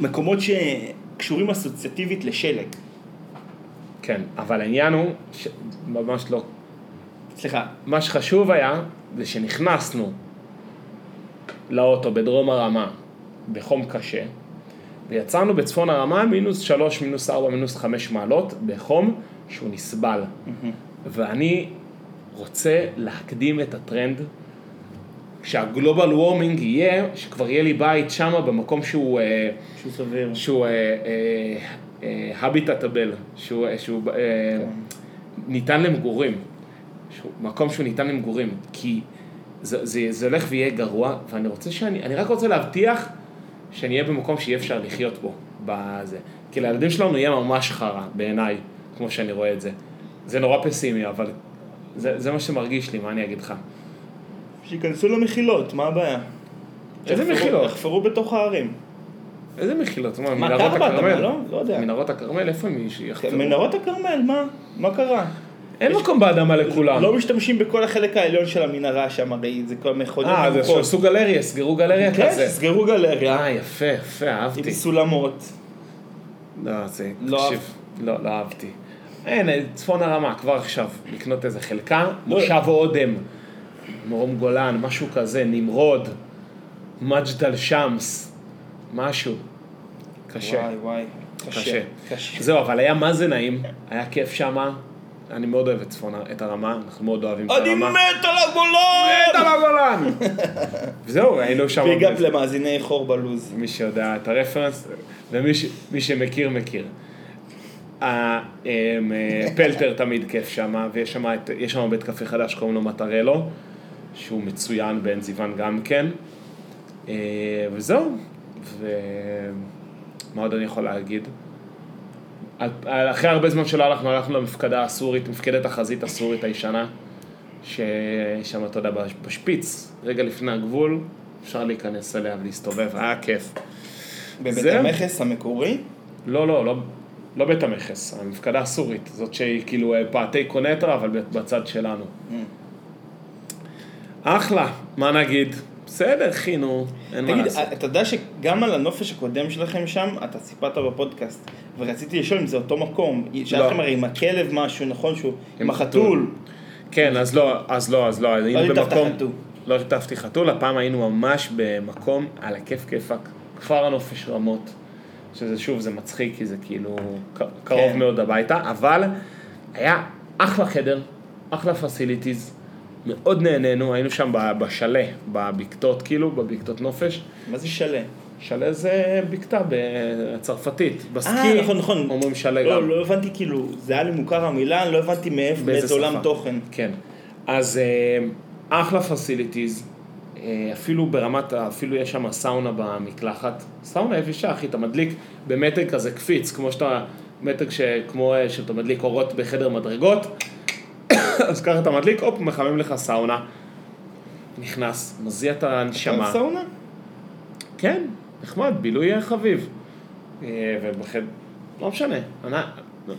מקומות שקשורים אסוציאטיבית לשלג.
כן, אבל העניין הוא, ש- ממש לא
סליחה,
מה שחשוב היה, זה שנכנסנו לאוטו בדרום הרמה, בחום קשה, ויצאנו בצפון הרמה מינוס שלוש, מינוס ארבע, מינוס חמש מעלות, בחום שהוא נסבל. ואני רוצה להקדים את הטרנד, שהגלובל וורמינג יהיה, שכבר יהיה לי בית שמה במקום שהוא... אה,
שהוא סביר.
שהוא אה, הביטטבל, שהוא, אה, שהוא אה, ניתן למגורים, שהוא, מקום שהוא ניתן למגורים, כי זה, זה, זה הולך ויהיה גרוע, ואני רוצה שאני, אני רק רוצה להבטיח שאני אהיה במקום שאי אפשר לחיות בו, בזה. כי לילדים שלנו יהיה ממש חרא, בעיניי, כמו שאני רואה את זה. זה נורא פסימי, אבל זה, זה מה שמרגיש לי, מה אני אגיד לך?
שייכנסו למחילות, מה הבעיה?
איזה
יחפרו-
מחילות?
יחפרו בתוך הערים.
איזה מחילות? מה,
מה,
מנהרות
טרבא אתה אומר,
הכרמל?
לא? לא יודע.
מנהרות הכרמל, איפה הם יחפרו?
מנהרות הכרמל, מה? מה קרה?
אין מקום באדמה לכולם.
לא משתמשים בכל החלק העליון של המנהרה שם, הרי זה כל מיני חודים.
אה, אז
ארוכות.
שעשו גלריה, סגרו גלריה
כן,
כזה.
סגרו גלריה
אה, יפה, יפה, אהבתי.
עם סולמות.
לא, זה,
לא
תקשיב, לא, לא אהבתי. אין, אה, צפון הרמה, כבר עכשיו, לקנות איזה חלקה,
לא-
מושב אודם, מרום גולן, משהו כזה, נמרוד, מג'דל שמס, משהו. קשה,
וואי וואי.
קשה.
קשה.
זהו, אבל היה מה זה נעים, היה כיף שמה. אני מאוד אוהב את צפון, הר- את הרמה, אנחנו מאוד אוהבים את הרמה.
אני מת על
מת
הגולן!
על הגולן! וזהו, היינו שם...
וגם למאזיני חור בלוז.
מי שיודע את הרפרנס, ומי ש, מי שמכיר, מכיר. ה- אמ, אה, פלטר תמיד כיף שם, ויש שם את- יש שם בית קפה חדש, קוראים לו מטרלו, שהוא מצוין בעין זיוון גם כן. אה, וזהו, ומה עוד אני יכול להגיד? על- על- אחרי הרבה זמן שלא הלכנו, הלכנו למפקדה הסורית, מפקדת החזית הסורית הישנה, ששם, אתה יודע, בש- בשפיץ, רגע לפני הגבול, אפשר להיכנס אליה ולהסתובב, היה כיף.
בבית
זהו.
המכס המקורי.
לא, לא, לא, לא בית המכס, המפקדה הסורית, זאת שהיא כאילו אה, פאתי קונטרה, אבל בצד שלנו. אחלה, מה נגיד? בסדר, אחי, נו, אין מה
תגיד, אה,
לעשות.
אתה יודע שגם על הנופש הקודם שלכם שם, אתה סיפרת בפודקאסט, ורציתי לשאול אם זה אותו מקום. שהיה
לא.
לכם הרי עם הכלב משהו, נכון? שהוא... עם
עם
החתול.
כן, אז לא, אז לא, אז לא, היינו
ליטפת
במקום...
חתול.
לא ליטפתי חתול, הפעם היינו ממש במקום על הכיף כיפאק, כפר הנופש רמות, שזה שוב, זה מצחיק, כי זה כאילו ק- קרוב
כן.
מאוד הביתה, אבל היה אחלה חדר, אחלה פסיליטיז, מאוד נהנינו, היינו שם ב- בשלה, בבקתות כאילו, בבקתות נופש.
מה זה שלם?
שלה זה בקתה בצרפתית, בסקי,
אה, נכון, נכון.
אומרים שלה גם.
לא, לא הבנתי, כאילו, זה היה לי מוכר המילה, אני לא הבנתי מאיפה,
באיזה
באיזה עולם
שפה.
תוכן.
כן. אז אה, אחלה פסיליטיז, אפילו ברמת, ה- אפילו יש שם סאונה במקלחת, סאונה יבישה אחי, אתה מדליק במתג כזה קפיץ, כמו שאתה, מתג ש- כמו אה, שאתה מדליק אורות בחדר מדרגות, אז ככה אתה מדליק, הופ, מחמם לך סאונה, נכנס, מזיע את הנשמה.
סאונה?
כן, נחמד, בילוי חביב. אה, ובחדר, לא משנה, אני-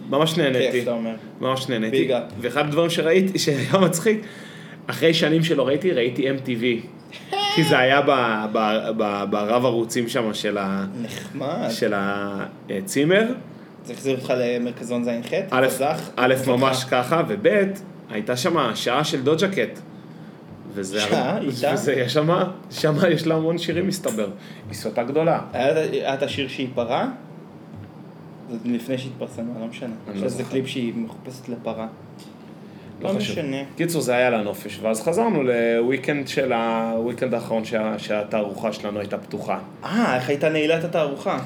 ממש
כיף,
נהניתי.
אתה כן, אומר.
ממש
Big up.
נהניתי. ואחד הדברים שראיתי, שהיה מצחיק, אחרי שנים שלא ראיתי, ראיתי MTV. כי זה היה ב- ב- ב- ברב ערוצים שם של ה-
נחמד.
של הצימר.
זה החזיר אותך למרכזון זין ח',
א',
חזך.
א', ממש ככה, וב', הייתה שם שעה של דוג'ה קט. וזה...
שעה?
הרבה-
איתה?
וזה יש שם, שם יש לה המון שירים מסתבר. היא סוטה גדולה.
היה היה את השיר שהיא פרה? זה לפני שהתפרסמה, לא משנה.
לא
עכשיו זה
זוכר.
קליפ שהיא מחופשת לפרה.
לא
לא
חשוב.
משנה.
קיצור, זה היה לנופש, ואז חזרנו לוויקנד של ה... וויקנד האחרון שה- שהתערוכה שלנו הייתה פתוחה.
אה, איך הייתה נעילת התערוכה?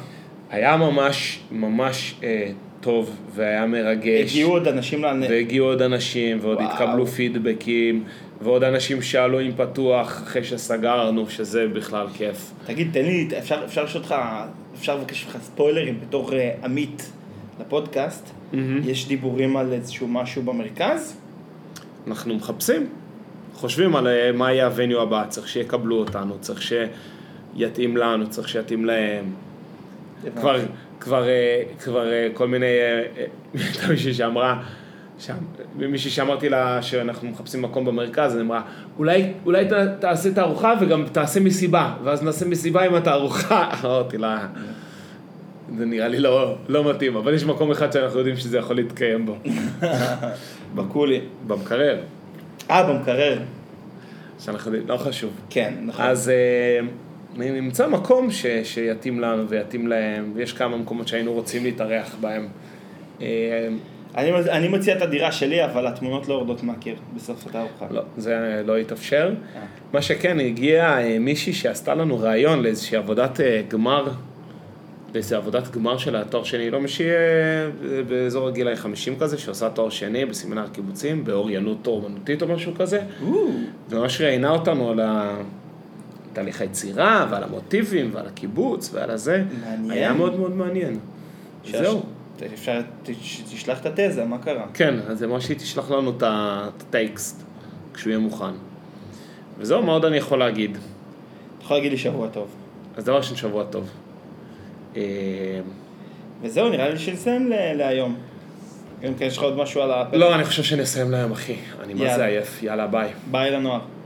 היה ממש ממש אה, טוב והיה מרגש.
הגיעו עוד אנשים לנ...
והגיעו עוד אנשים, ועוד
וואו.
התקבלו פידבקים, ועוד אנשים שאלו אם פתוח אחרי שסגרנו, שזה בכלל כיף.
תגיד, תן לי, אפשר אפשר לשאול אותך, אפשר לבקש ממך ספוילרים בתור אה, עמית לפודקאסט? יש דיבורים על איזשהו משהו במרכז?
אנחנו מחפשים, חושבים על אה, מה יהיה הווניו הבא, צריך שיקבלו אותנו, צריך שיתאים לנו, צריך שיתאים להם. כבר, כבר, אה, כבר אה, כל מיני, אה, אה, הייתה מישהי שאמרה, שם, מישהי שאמרתי לה שאנחנו מחפשים מקום במרכז, אז היא אמרה, אולי, אולי ת, תעשה תערוכה וגם תעשה מסיבה, ואז נעשה מסיבה עם התערוכה. אמרתי לה, זה נראה לי לא, לא מתאים, אבל יש מקום אחד שאנחנו יודעים שזה יכול להתקיים בו,
בקולי.
במקרר,
אה, במקרר.
שאנחנו יודעים, לא חשוב.
כן, נכון.
אז אה, נמצא מקום ש, שיתאים לנו ויתאים להם, ויש כמה מקומות שהיינו רוצים להתארח בהם. אה,
אני, מז- אני מציע את הדירה שלי, אבל התמונות לא יורדות מהקיר בסוף התערוכה.
לא, זה לא התאפשר.
אה.
מה שכן, הגיעה אה, מישהי שעשתה לנו ראיון לאיזושהי עבודת אה, גמר, לאיזו עבודת גמר של התואר שני, לא מישהי אה, באזור הגיל ה-50 כזה, שעושה תואר שני בסמינר הקיבוצים, באוריינות אומנותית או משהו כזה,
או,
וממש ראיינה אותנו על ה... תהליך היצירה, ועל המוטיבים, ועל הקיבוץ, ועל הזה.
מעניין.
היה מאוד מאוד מעניין.
שיש-
זהו.
אפשר, תש- תשלח את התזה, מה קרה?
כן, אז אמרה שהיא תשלח לנו את ה- את הטקסט כשהוא יהיה מוכן. וזהו, מה עוד אני יכול להגיד?
אתה יכול להגיד לי שבוע טוב.
אז דבר ראשון, שבוע טוב. אה,
וזהו, נראה לי שנסיים ל- להיום. גם כן יש לך עוד משהו על הפרק.
לא, אני חושב לא, שנסיים להם, אחי. אני מה
יאללה.
זה עייף. יאללה, ביי.
ביי לנוער.